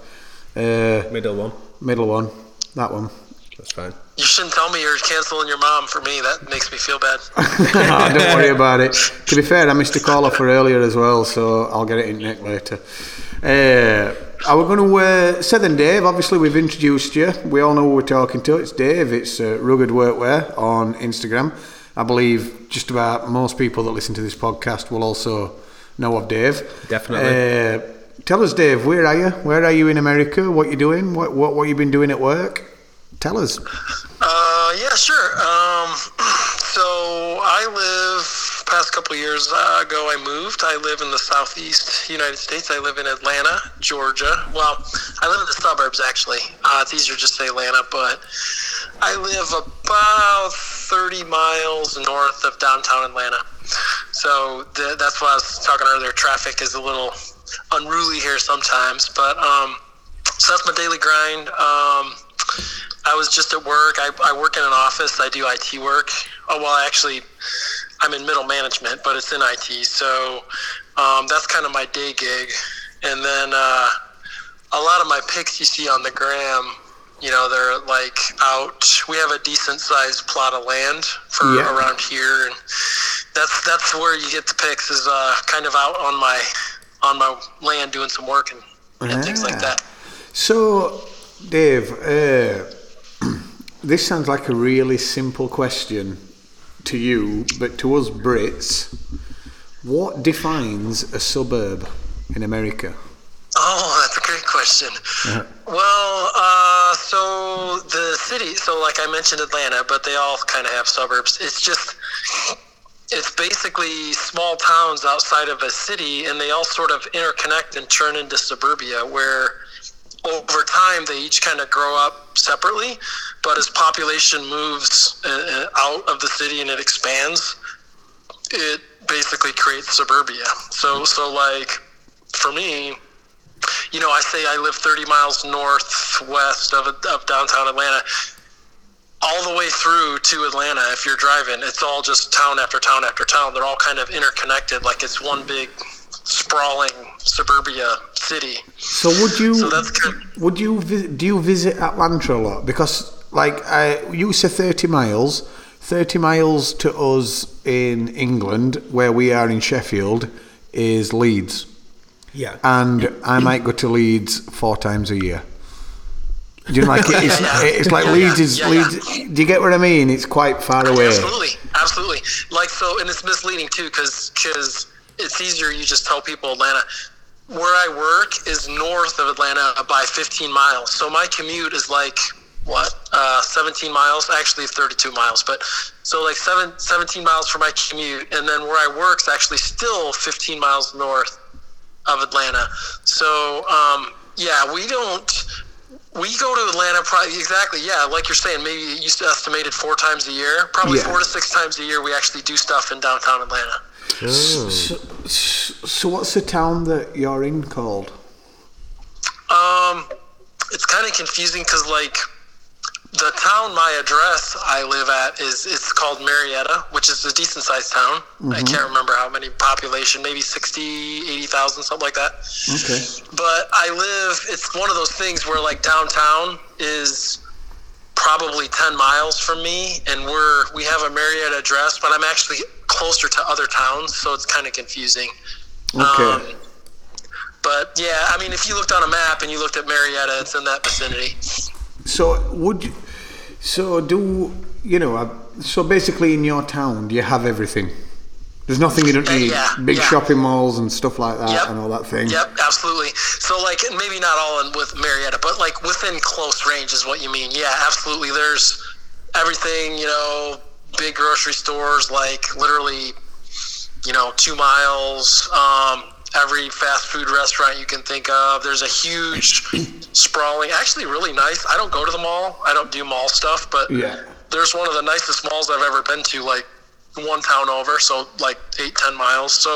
Uh,
Middle one.
middle one, that one.
That's fine.
You shouldn't tell me you're canceling your mom for me. That makes me feel bad.
Ah, don't worry about it. To be fair, I missed a call off for earlier as well, so I'll get it in neck later. Uh, I was going to uh, Seth and Dave. Obviously, we've introduced you. We all know who we're talking to. It's Dave. It's uh, Rugged Workwear on Instagram. I believe just about most people that listen to this podcast will also know of Dave.
Definitely.
Uh, tell us, Dave. Where are you? Where are you in America? What you doing? What what what you been doing at work? Tell us.
Uh, yeah, sure. Um, so I live. Past couple years ago, I moved. I live in the southeast United States. I live in Atlanta, Georgia. Well, I live in the suburbs actually. Uh, it's easier just to say Atlanta, but I live about 30 miles north of downtown Atlanta. So th- that's why I was talking earlier. Traffic is a little unruly here sometimes, but um, so that's my daily grind. Um, I was just at work. I, I work in an office. I do IT work. Oh, well, actually, I'm in middle management, but it's in IT. So um, that's kind of my day gig. And then uh, a lot of my pics you see on the gram, you know, they're like out. We have a decent sized plot of land for
Yeah.
around here, and that's that's where you get the pics. Is uh, kind of out on my on my land doing some work and, and things like
Ah.
that.
So, Dave, uh, this sounds like a really simple question to you, but to us Brits, what defines a suburb in America?
Oh, that's a great question. Uh-huh.
Uh-huh.
Well, uh, so the city, so like I mentioned Atlanta, but they all kind of have suburbs. It's just, it's basically small towns outside of a city, and they all sort of interconnect and turn into suburbia where over time they each kind of grow up separately but as population moves uh, uh, out of the city and it expands it basically creates suburbia. So so like for me, you know, I say I live 30 miles northwest of of downtown Atlanta. All the way through to Atlanta, if you're driving, it's all just town after town after town. They're all kind of interconnected, like it's one big sprawling suburbia city.
So would you
So that's kind
would you vi- do you visit Atlanta a lot? Because like I, you say, thirty miles, thirty miles to us in England, where we are in Sheffield, is Leeds,
Yeah.
and I might go to Leeds four times a year. Do you know, like it is, it's like
Yeah,
Leeds
yeah,
is
yeah,
Leeds. Do you get what I mean? It's quite far away.
Absolutely, absolutely. Like so, and it's misleading too, because it's easier you just tell people Atlanta. Where I work is north of Atlanta by 15 miles, so my commute is like what uh, 17 miles, actually 32 miles, but so like seven, 17 miles for my commute, and then where I work's actually still 15 miles north of Atlanta. So um, yeah, we don't. We go to Atlanta, probably exactly. Yeah, like you're saying, maybe you s- estimated four times a year. Probably
Yeah.
four to six times a year, we actually do stuff in downtown Atlanta.
So, so what's the town that you're in called?
Um, it's kind of confusing because like the town, my address I live at is it's called Marietta, which is a decent sized town.
Mm-hmm.
I can't remember how many population, maybe 60, 80,000, something like that.
Okay.
but I live. It's one of those things where like downtown is probably ten miles from me, and we're we have a Marietta address, but I'm actually closer to other towns, so it's kind of confusing. Um,
Okay.
But yeah, I mean, if you looked on a map and you looked at Marietta, it's in that vicinity.
So would you, so do you know? uh, So basically, in your town, you have everything. There's nothing you don't
Uh,
need.
yeah,
Big
yeah.
shopping malls and stuff like that,
Yep.
and all that thing.
Yep, absolutely. So like and maybe not all in with Marietta, but like within close range is what you mean. Yeah, absolutely. There's everything, you know, big grocery stores like literally, you know, two miles, um, every fast food restaurant you can think of. There's a huge sprawling actually really nice. I don't go to the mall. I don't do mall stuff, but
Yeah.
there's one of the nicest malls I've ever been to, like one town over, so like eight, ten miles. So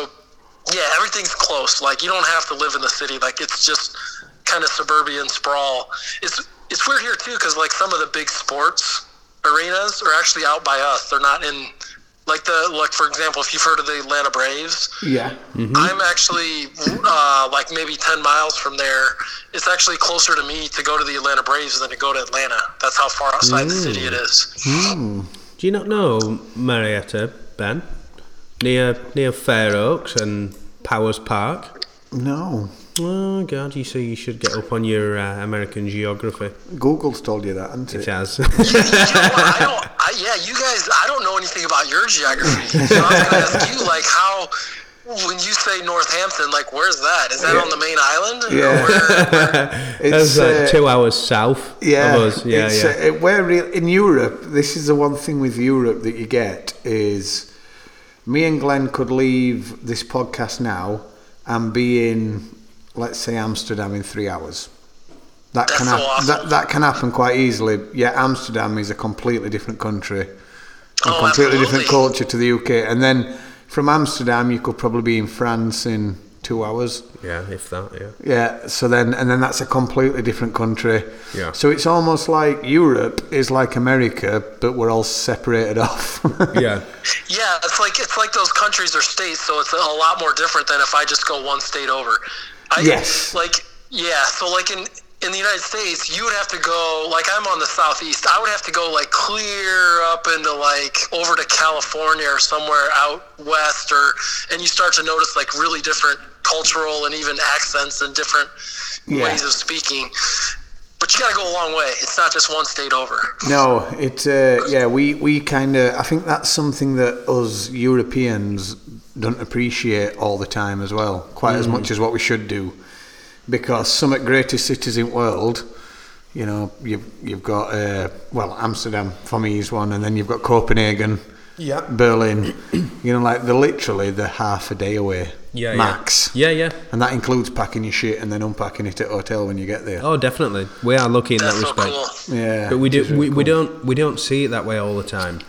yeah, everything's close. Like you don't have to live in the city. Like it's just kind of suburban sprawl. It's it's weird here too because like some of the big sports arenas are actually out by us. They're not in like the like for example, if you've heard of the Atlanta Braves,
Yeah.
I'm actually uh, like maybe 10 miles from there. It's actually closer to me to go to the Atlanta Braves than to go to Atlanta. That's how far outside the city it is.
Do you not know Marietta, Ben? Near near Fair Oaks and Powers Park.
No.
Oh God! You say you should get up on your uh, American geography.
Google's told you that, hasn't
It
it?
has.
You know what? I don't, I, yeah, you guys, I don't know anything about your geography. So I'm going to ask you, like, how, when you say Northampton, like, where's that? Is that on the main island? Or
Yeah.
where-
It's,
That's like
uh,
two hours south
yeah,
of us. Yeah,
it's,
yeah.
Uh, where real in Europe, this is the one thing with Europe that you get is me and Glenn could leave this podcast now and be in, let's say, Amsterdam in three hours. That
That's
can
so
hap-
awesome.
that that can happen quite easily. Yeah, Amsterdam is a completely different country, and
Oh,
completely different
absolutely.
culture to the UK. And then from Amsterdam, you could probably be in France in two hours.
yeah, if that. Yeah.
Yeah. So then, and then that's a completely different country.
Yeah.
So it's almost like Europe is like America, but we're all separated off.
Yeah.
Yeah, it's like it's like those countries or states, so it's a lot more different than if I just go one state over. I,
Yes.
Like yeah, so like in in the United States, you would have to go like I'm on the southeast. I would have to go like clear up into like over to California or somewhere out west, or and you start to notice like really different cultural and even accents and different ways of speaking. But you got to go a long way. It's not just one state over.
no, it. Uh, yeah, we we kind of. I think that's something that us Europeans don't appreciate all the time as well, quite
Mm.
as much as what we should do, because some of the greatest cities in world. You know, you've you've got uh, well Amsterdam for me is one, and then you've got Copenhagen.
Yeah.
Berlin, you know, like they're literally the half a day away,
Yeah.
max,
Yeah, yeah.
and that includes packing your shit and then unpacking it at hotel when you get there.
Oh, definitely. We are lucky in
That's
that
so
respect.
cool.
Yeah,
But we
which
do.
is really
we, we
cool.
don't. We don't see it that way all the time.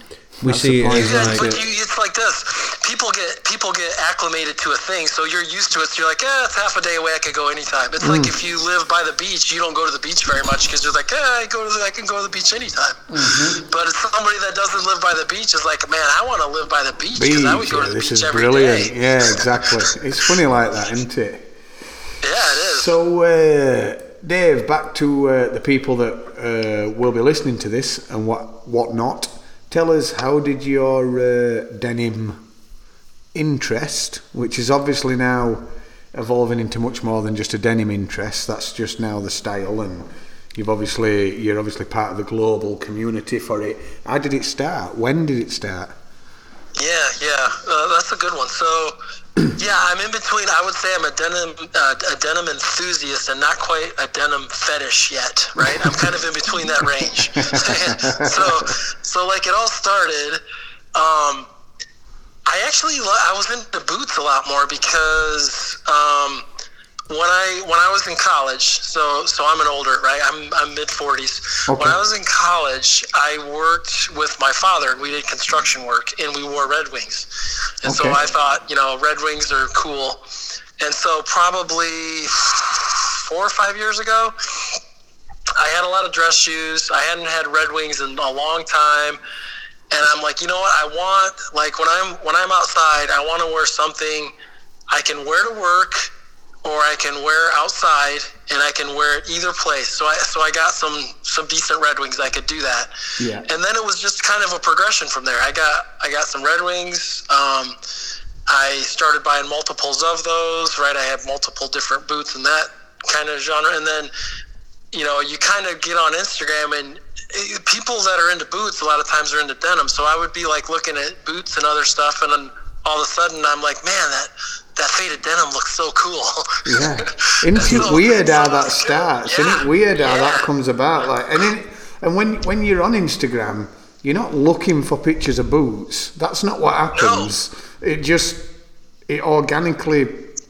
We
That's
see
the
it
point.
as
Yeah,
like.
but you, it's like this. people get people get acclimated to a thing, so you're used to it. So you're like, eh, it's half a day away. I could go anytime. It's like if you live by the beach, you don't go to the beach very much because you're like, eh, I go to the, I can go to the beach anytime. But it's somebody that doesn't live by the beach is like, man, I want to live by the beach because I would go to the
this
beach
is
every day.
brilliant. Yeah, exactly. it's funny like that, isn't it?
Yeah, it is.
So, uh, Dave, back to uh, the people that uh, will be listening to this and what what not. Tell us how did your uh, denim interest, which is obviously now evolving into much more than just a denim interest. That's just now the style, and you've obviously you're obviously part of the global community for it. How did it start? When did it start?
Yeah, yeah, uh, that's a good one. So, yeah, I'm in between. I would say I'm a denim uh, a denim enthusiast and not quite a denim fetish yet, right? I'm kind of in between that range. so, so like it all started. Um, I actually lo- I was into boots a lot more because um, when I when I was in college, so so I'm an older right, I'm I'm mid 40s. When I was in college, I worked with my father. We did construction work, and we wore Red Wings, and so
Okay.
I thought you know Red Wings are cool, and so probably four or five years ago, I had a lot of dress shoes. I hadn't had Red Wings in a long time, and I'm like, you know what? I want like when I'm when I'm outside, I want to wear something I can wear to work, or I can wear outside, and I can wear it either place. So I so I got some some decent Red Wings. I could do that.
Yeah.
And then it was just kind of a progression from there. I got I got some Red Wings. Um, I started buying multiples of those. Right, I have multiple different boots in that kind of genre, and then you know, you kind of get on Instagram and eh, people that are into boots a lot of times are into denim. So I would be like looking at boots and other stuff, and then all of a sudden I'm like, man, that that faded denim looks so cool.
Yeah. Isn't it
So-
weird how
so-
that starts?
Yeah,
Isn't it weird how that
yeah.
comes about? Like, and in, and when when you're on Instagram, you're not looking for pictures of boots. That's not what happens. It just it organically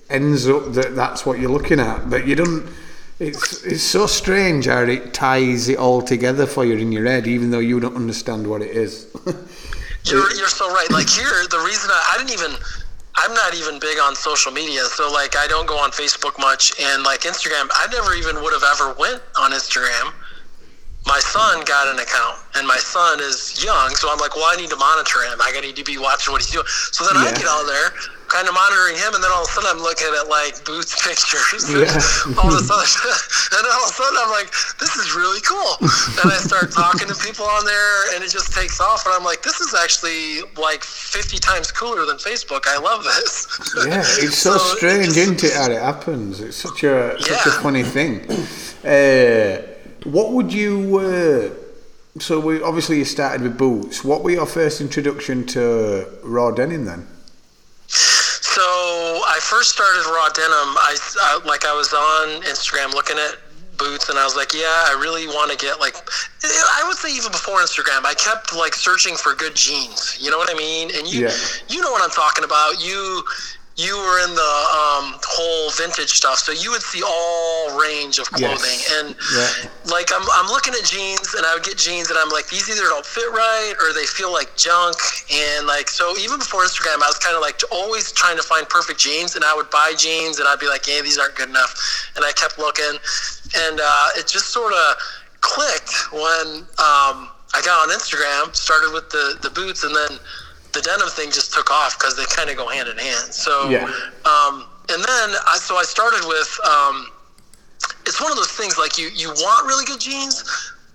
ends up that that's what you're looking at. But you don't. It's it's so strange how it ties it all together for you in your head, even though you don't understand what it is.
You're, you're so right. Like here, the reason I, I didn't even, I'm not even big on social media. So like, I don't go on Facebook much, and like Instagram, I never even would have ever went on Instagram. My son got an account, and my son is young, so I'm like, well, I need to monitor him. I need to be watching what he's doing. So then I
Yeah.
get on there, kind of monitoring him, and then all of a sudden I'm looking at like boots pictures.
Yeah.
all of a sudden, and then all of a sudden I'm like, this is really cool. And I start talking to people on there, and it just takes off. And I'm like, this is actually like 50 times cooler than Facebook. I love this.
yeah, it's so,
So it
strange,
just-
isn't it? How it happens? It's such a such a
Yeah.
funny thing. Uh, what would you? Uh, so we obviously you started with boots. What were your first introduction to raw denim then?
So I first started raw denim. I, I like I was on Instagram looking at boots, and I was like, yeah, I really want to get like. I would say even before Instagram, I kept like searching for good jeans. You know what I mean? And you,
Yeah.
you know what I'm talking about. You. You were in the um, whole vintage stuff, so you would see all range of
Yes.
clothing, and
Yeah.
like I'm, I'm looking at jeans and I would get jeans and I'm like these either don't fit right or they feel like junk and like so even before Instagram I was kind of like always trying to find perfect jeans and I would buy jeans and I'd be like yeah these aren't good enough and I kept looking and uh, it just sort of clicked when um, I got on Instagram started with the the boots and then the denim thing just took off because they kind of go hand in hand so
Yeah.
um, and then I, so I started with um, it's one of those things like you you want really good jeans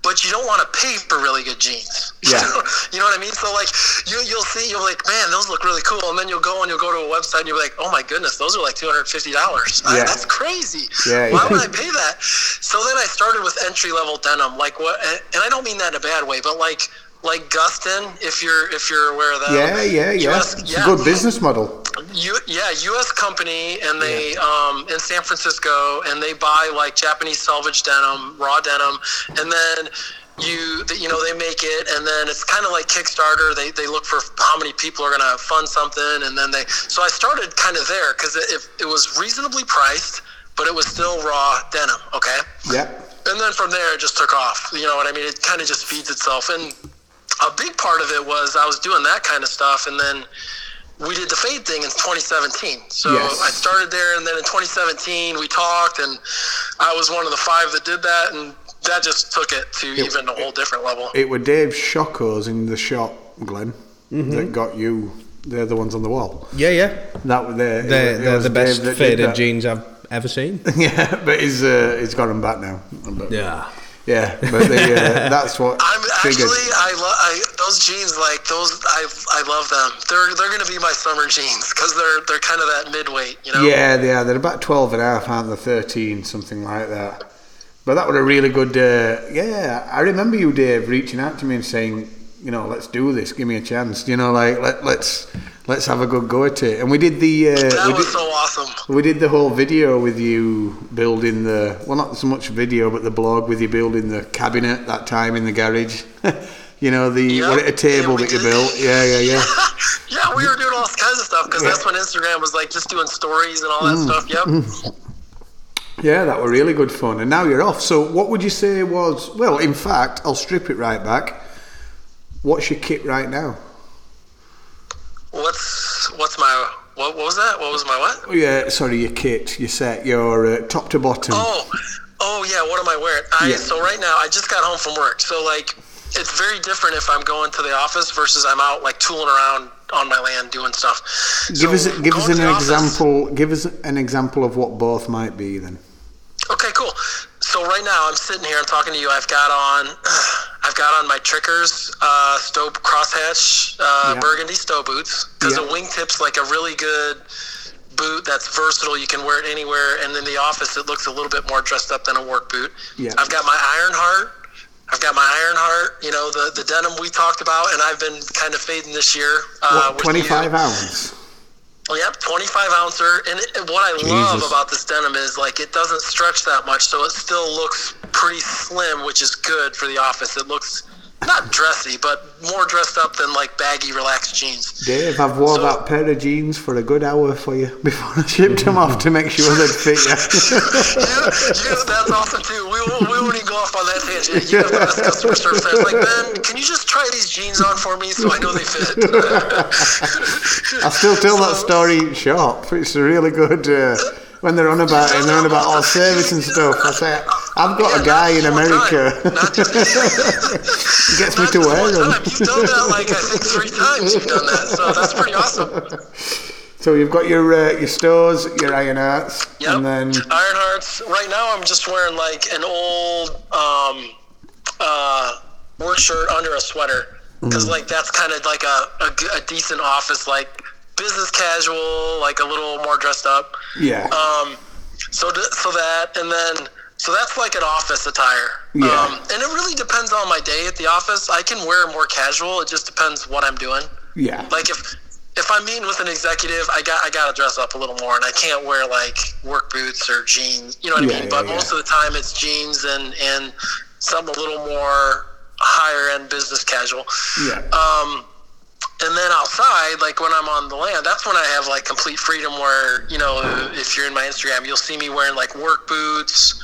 but you don't want to pay for really good jeans
Yeah.
you know what i mean so like you, you'll see you'll be like man those look really cool and then you'll go and you'll go to a website and you'll be like oh my goodness those are like $250 I-
Yeah.
that's crazy
Yeah,
why
yeah.
would i pay that so then i started with entry level denim like what and and i don't mean that in a bad way but like like Gustin, if you're if you're aware of that,
yeah, yeah, yeah.
US
It's a good business model.
U, yeah, U.S. company, and they um, in San Francisco, and they buy like Japanese salvage denim, raw denim, and then you th- you know they make it, and then it's kind of like Kickstarter. They they look for how many people are gonna fund something, and then they. So I started kind of there because it, it it was reasonably priced, but it was still raw denim. Okay
Yeah.
and then from there it just took off. You know what I mean? It kind of just feeds itself. And a big part of it was I was doing that kind of stuff, and then we did the fade thing in 2017. So
Yes.
I started there, and then in 2017 we talked, and I was one of the five that did that, and that just took it to even a whole different level.
It were Dave Shockos in the shop, Glenn, that got you. They're the ones on the wall.
Yeah, yeah.
That were there.
They're, they're the best faded
jeans.
jeans I've ever seen.
Yeah, but he's uh, he's got them back now. But,
yeah.
yeah, but they, uh, that's what
I'm
triggered.
actually I love I, those jeans like those I I love them. They're they're gonna be my summer jeans because they're they're kind of that mid weight, you know.
Yeah, they are. They're about 12 and a half, aren't they? 13, something like that. But that was a really good. Uh, yeah, I remember you, Dave, reaching out to me and saying, you know, let's do this. Give me a chance. You know, like let let's let's have a good go at it. And we did the. Uh,
That
we
was
did-
so awesome.
we did the whole video with you building the well, not so much video, but the blog with you building the cabinet that time in the garage. you know the
Yeah,
what, a table
yeah, we
that you
did.
built. Yeah, yeah, yeah.
yeah, we were doing all kinds of stuff because that's when Instagram was like just doing stories and all
Mm.
that stuff. Yep.
Yeah, that were really good fun. And now you're off. So, what would you say was? Well, in fact, I'll strip it right back. What's your kit right now?
What's what's my what, what was that? What was my what?
Oh, yeah, sorry, your kit, your set, your uh, top to bottom.
Oh, oh yeah. What am I wearing? I,
Yeah.
So right now, I just got home from work. So like, it's very different if I'm going to the office versus I'm out like tooling around on my land doing stuff.
give us give us
going
an
to the office-
example. Give us an example of what both might be then.
Okay, cool. So right now I'm sitting here. I'm talking to you. I've got on, I've got on my Trickers uh, Stowe Crosshatch uh,
Yeah.
Burgundy Stowe boots because
Yeah.
a wingtip's like a really good boot that's versatile. You can wear it anywhere. And in the office, it looks a little bit more dressed up than a work boot.
Yeah.
I've got my Ironheart. I've got my Ironheart. You know the the denim we talked about, and I've been kind of fading this year. Uh,
What,
with you.
25 ounce.
Well, Yep, 25 Oh, ouncer. And it, and what I love about this denim is like it doesn't stretch that much, so it still looks pretty slim, which is good for the office. It looks not dressy, but more dressed up than like baggy, relaxed jeans.
Dave, I've wore
So-
that pair of jeans for a good hour for you before I shipped them off to make sure they'd fit you.
You, you, that's awesome too. We won't, we won't even go off on that tangent. You have us customer service. I was like, Ben, can you just try these jeans on for me so I know they fit?
I still tell that
So-
story in shop. It's a really good uh, when they're on about it and they're on about all service and stuff. I say, I've got
Yeah,
a guy
not
in
just one
America.
time. Not just-
He gets me
Not
to
just
wear
one
them.
time. You've done that like I think three times. You've done that, so that's pretty awesome.
So you've got your uh, your stores, your iron arts,
Yep.
and then
Iron Hearts. Right now, I'm just wearing like an old um, uh, work shirt under a sweater
Mm.
because like that's kind of like a, a g- a decent office like business casual, like a little more dressed up.
yeah,
Um, so th- so that and then so that's like an office attire.
Yeah.
Um, and it really depends on my day at the office. I can wear more casual. It just depends what I'm doing.
yeah,
Like if if I'm meeting with an executive, I got I gotta dress up a little more, and I can't wear like work boots or jeans. You know what
Yeah,
I mean?
yeah,
but
yeah.
most of the time, it's jeans and and some a little more higher end business casual.
yeah.
Um, and then outside, like when I'm on the land, that's when I have like complete freedom. Where you know, if you're in my Instagram, you'll see me wearing like work boots.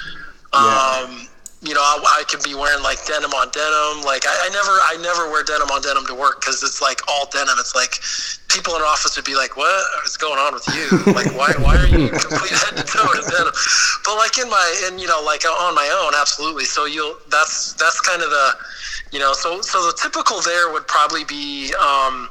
Um, You know, I, I could be wearing like denim on denim. Like I, I never, I never wear denim on denim to work because it's like all denim. It's like people in office would be like, "What is going on with you? Like, why, why are you complete head to toe in denim?" But like in my, and you know, like on my own, absolutely. So you'll, that's that's kind of the, you know, so so the typical there would probably be. um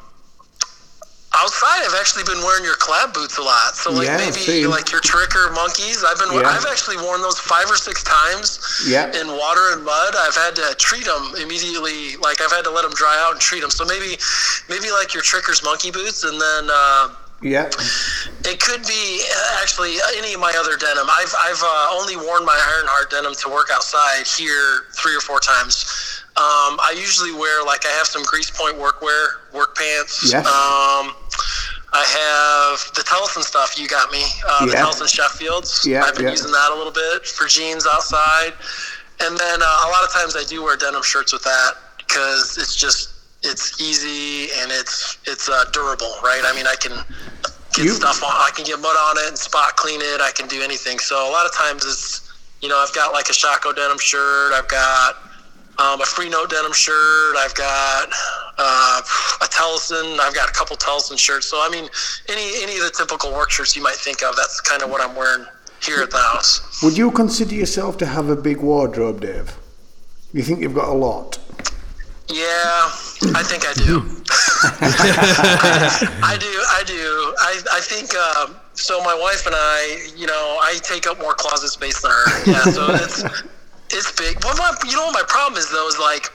Outside, I've actually been wearing your collab boots a lot. So, like
Yeah,
maybe
same.
like your tricker monkeys. I've been,
Yeah.
I've actually worn those five or six times
Yeah.
in water and mud. I've had to treat them immediately. Like I've had to let them dry out and treat them. So maybe, maybe like your trickers monkey boots, and then uh,
yeah,
it could be uh, actually any of my other denim. I've I've uh, only worn my Ironheart denim to work outside here three or four times. Um, I usually wear like I have some grease point workwear, work pants.
Yes.
Um, I have the Tellson stuff you got me. Uh, The
Yeah.
Tellson Sheffields.
Yeah,
I've been
yeah.
using that a little bit for jeans outside, and then uh, a lot of times I do wear denim shirts with that because it's just it's easy and it's it's uh, durable, right? I mean, I can get
You-
stuff on. I can get mud on it and spot clean it. I can do anything. So a lot of times it's you know I've got like a Shaco denim shirt. I've got um, a Free Note denim shirt. I've got uh, a Telson. I've got a couple Telson shirts. So I mean, any any of the typical work shirts you might think of. That's kind of what I'm wearing here at the house.
Would you consider yourself to have a big wardrobe, Dave? You think you've got a lot?
Yeah, I think I do. I do. I do. I, I think uh, so. My wife and I, you know, I take up more closet space than her. Yeah, so it's it's big. But my, you know, what my problem is though is like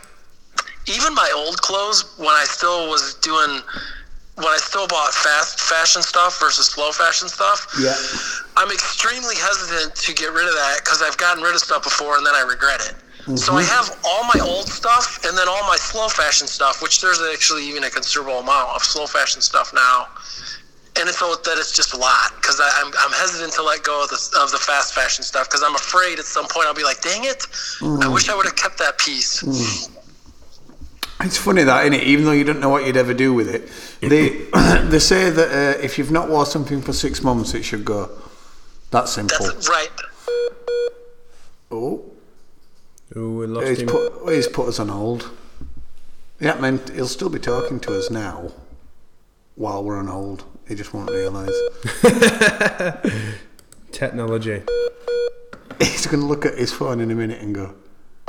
even my old clothes when I still was doing when I still bought fast fashion stuff versus slow fashion stuff.
Yeah.
I'm extremely hesitant to get rid of that because I've gotten rid of stuff before and then I regret it. So I have all my old stuff and then all my slow fashion stuff, which there's actually even a considerable amount of slow fashion stuff now. And it's so that it's just a lot because I'm, I'm hesitant to let go of the, of the fast fashion stuff because I'm afraid at some point I'll be like, dang it, I wish I would have kept that piece.
It's funny that, isn't it? Even though you don't know what you'd ever do with it, they they say that uh, if you've not worn something for six months, it should go. That simple.
That's right.
oh,
Ooh, we lost
he's
him.
put, he's put us on hold. That meant he'll still be talking to us now, while we're on hold. He just won't realise.
Technology.
He's going to look at his phone in a minute and go,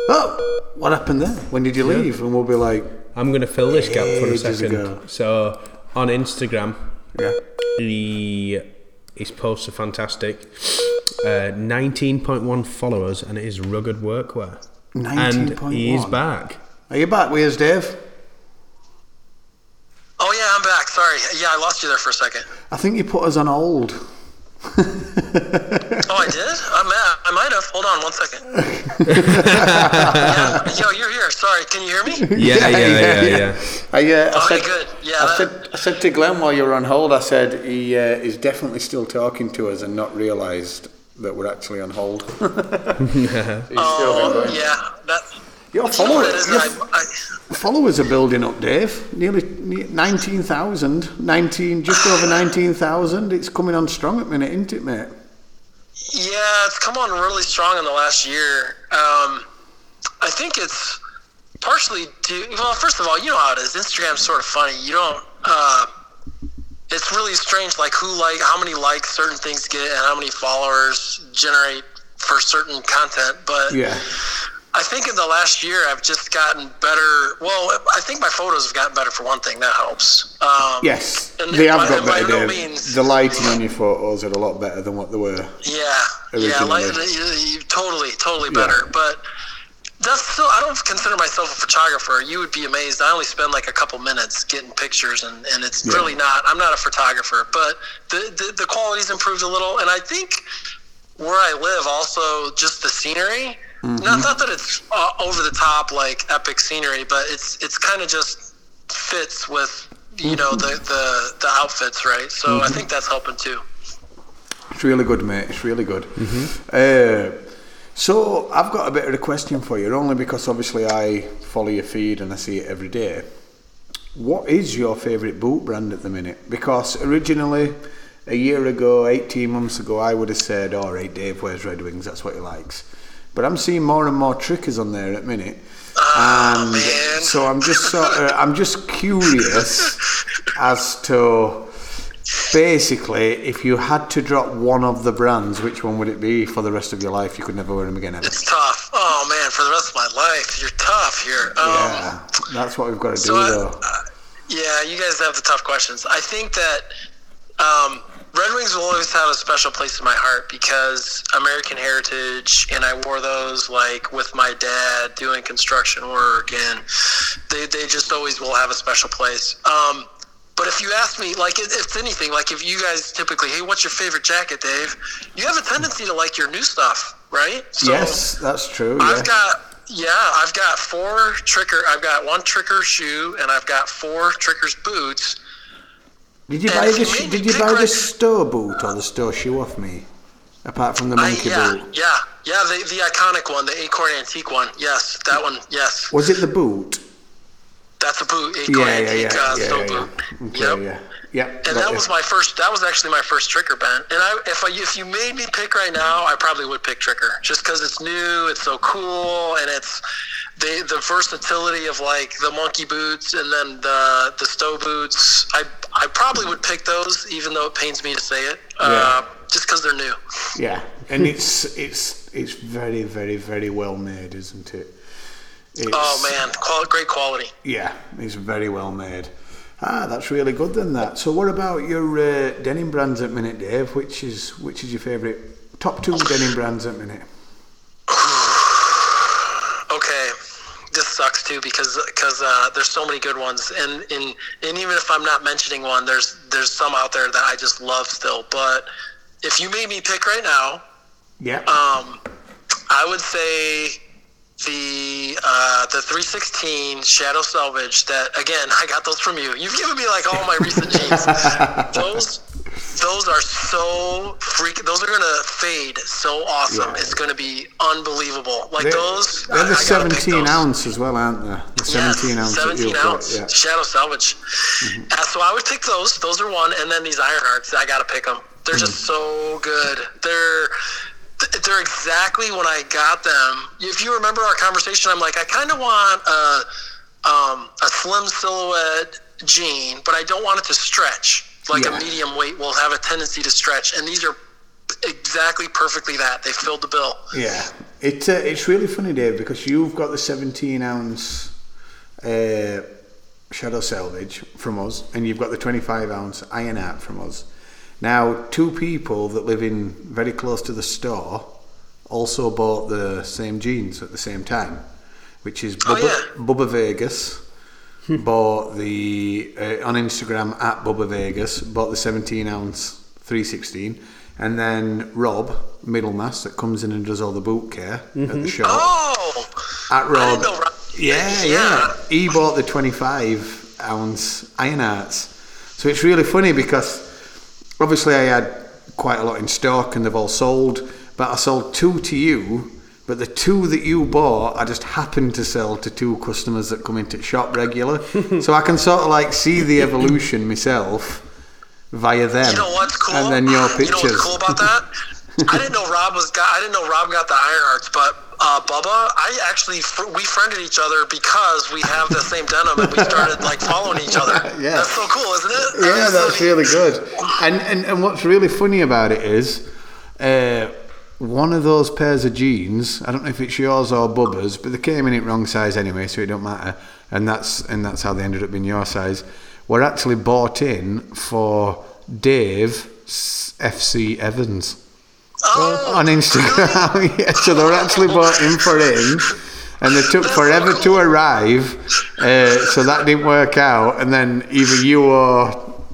"Oh, what happened there? When did you leave?" And we'll be like,
I'm going to fill this gap for a
Ages
second.
ago.
So on Instagram,
"Yeah,
he his posts are fantastic. Uh, 19.1 followers, and it is rugged workwear. And he is
19.1.
back.
are you back with us, Dave?"
Oh, yeah, I'm back. Sorry. Yeah, I lost you there for a second.
I think you put us on hold.
Oh, I did? I'm at, I might have. Hold on one second. yeah, yo, you're here. Sorry. Can you hear me?
Yeah, yeah, yeah, yeah.
I, uh, I said,
Okay, Oh, good. Yeah,
I
that-
said, I said to Glenn while you were on hold, I said he uh, is definitely still talking to us and not realised that we're actually on hold. He's still
Oh,
going.
yeah. That,
Your
you know what
followers,
it is?
your
I, I,
followers are building up, Dave. Nearly ne- 19,000. 19, just over 19,000. It's coming on strong at the minute, isn't it, mate?
Yeah, it's come on really strong in the last year. Um, I think it's partially due. Well, first of all, you know how it is. Instagram's sort of funny. You don't. Uh, it's really strange, like who like how many likes certain things get and how many followers generate for certain content. But
Yeah.
I think in the last year, I've just gotten better. Well, I think my photos have gotten better for one thing. That helps. Um,
Yes.
And
They have
by-
got
by
better,
no
Dave.
means-
The lighting on your photos are a lot better than what they were.
Yeah, yeah,
Originally.
like, you, you- totally, totally better. But that's still, I don't consider myself a photographer. You would be amazed. I only spend like a couple minutes getting pictures, and, and it's really not, I'm not a photographer. But the, the, the quality's improved a little. And I think where I live, also just the scenery, not, not that it's uh, over the top, like epic scenery, but it's, it's kind of just fits with, you know, the, the, the outfits, right? So I think that's helping too.
It's really good, mate. It's really good. Uh, so I've got a bit of a question for you, only because obviously I follow your feed and I see it every day. What is your favourite boot brand at the minute? Because originally, a year ago, 18 months ago, I would have said, all right, Dave wears Red Wings, that's what he likes. But I'm seeing more and more trickers on there at the minute. and
man.
so I'm just sort of, I'm just curious as to basically if you had to drop one of the brands, which one would it be for the rest of your life? You could never wear them again ever.
It's tough. Oh man, for the rest of my life, you're tough here. Um,
Yeah, that's what we've got to do
so uh, I-
though.
yeah, you guys have the tough questions. I think that um, Red Wings will always have a special place in my heart because American heritage, and I wore those like with my dad doing construction work, and they, they just always will have a special place. Um, but if you ask me, like, if if anything, like if you guys typically, hey, what's your favorite jacket, Dave? You have a tendency to like your new stuff, right? So,
yes, that's true. Yeah.
I've got yeah, I've got four tricker. I've got one tricker shoe, and I've got four trickers boots.
Did you
And
buy
if
the
you
sh-
made
Did
me
you
pick
buy the
right-
store boot or the store shoe off me? Apart from the
I,
monkey
yeah,
boot,
yeah, yeah. The the iconic one, the acorn antique one. Yes, that one. Yes,
was it the boot?
that's a boot. Acorn
Yeah, yeah, yeah,
antique uh,
yeah,
steel
yeah, yeah.
boot.
Okay,
Yep.
yeah, yeah.
And that was my first. That was actually my first tricker band. And I, if I, if you made me pick right now, I probably would pick tricker, just because it's new, it's so cool, and it's. they the versatility of like the monkey boots and then the the stow boots. I I probably would pick those, even though it pains me to say it, uh, just because they're new.
Yeah, and it's it's it's very very very well made, isn't it? It's,
Oh man, qual- great quality.
Yeah, it's very well made. Ah, that's really good then. That. So, what about your uh, denim brands at minute, Dave? Which is which is your favourite? Top two denim brands at minute.
okay this sucks too because because uh, there's so many good ones and, and and even if i'm not mentioning one there's there's some out there that i just love still but if you made me pick right now
Yeah.
um, I would say the uh, the 316 Shadow Salvage. That again, I got those from you. You've given me like all my recent jeans. those those are so freak. Those are gonna fade so awesome.
Yeah.
It's gonna be unbelievable. Like those.
They're
I-
the
I gotta pick
17
those.
ounce as well, aren't they? The 17
Yes,
ounce. that
17
you've got,
ounce
yeah. Mm-hmm.
Shadow Salvage. Uh, so I would pick those. Those are one, and then these Iron Hearts. I gotta pick them. They're just
Mm-hmm.
so good. They're th- they're exactly when I got them. If you remember our conversation, I'm like, I kind of want a um, a slim silhouette jean, but I don't want it to stretch. Like
Yeah.
a medium weight will have a tendency to stretch, and these are exactly perfectly that. They filled the bill.
Yeah, it uh, it's really funny, Dave, because you've got the 17 ounce uh, shadow salvage from us, and you've got the 25 ounce iron art from us. Now, two people that live in very close to the store also bought the same jeans at the same time, which is
Oh,
Bubba,
yeah.
Bubba Vegas. bought the uh, on Instagram at Bubba Vegas bought the 17 ounce 316, and then Rob Middlemass that comes in and does all the boot care at the shop
Oh,
at Rob.
I didn't know Rob-
Yeah, yeah,
Yeah.
He bought the 25 ounce Iron Arts. So it's really funny because obviously I had quite a lot in stock and they've all sold, but I sold two to you. But the two that you bought, I just happened to sell to two customers that come into the shop regular. so I can sort of like see the evolution myself via them.
You know what's cool?
And then your
You know
pictures.
what's cool about that? I didn't know Rob was got. I didn't know Rob got the Iron Hearts, but uh, Bubba, I actually fr- we friended each other because we have the same denim, and we started like following each other.
Yeah.
that's so cool, isn't it?
yeah,
so
that's
neat.
really good. And, and and what's really funny about it is, uh, one of those pairs of jeans. I don't know if it's yours or Bubba's, but they came in at wrong size anyway, so it don't matter. And that's and that's how they ended up being your size. Were actually bought in for Dave S- FC Evans
Oh,
on Instagram. yeah, so they were actually bought in for him, and they took forever to arrive. Uh, so that didn't work out, and then either you or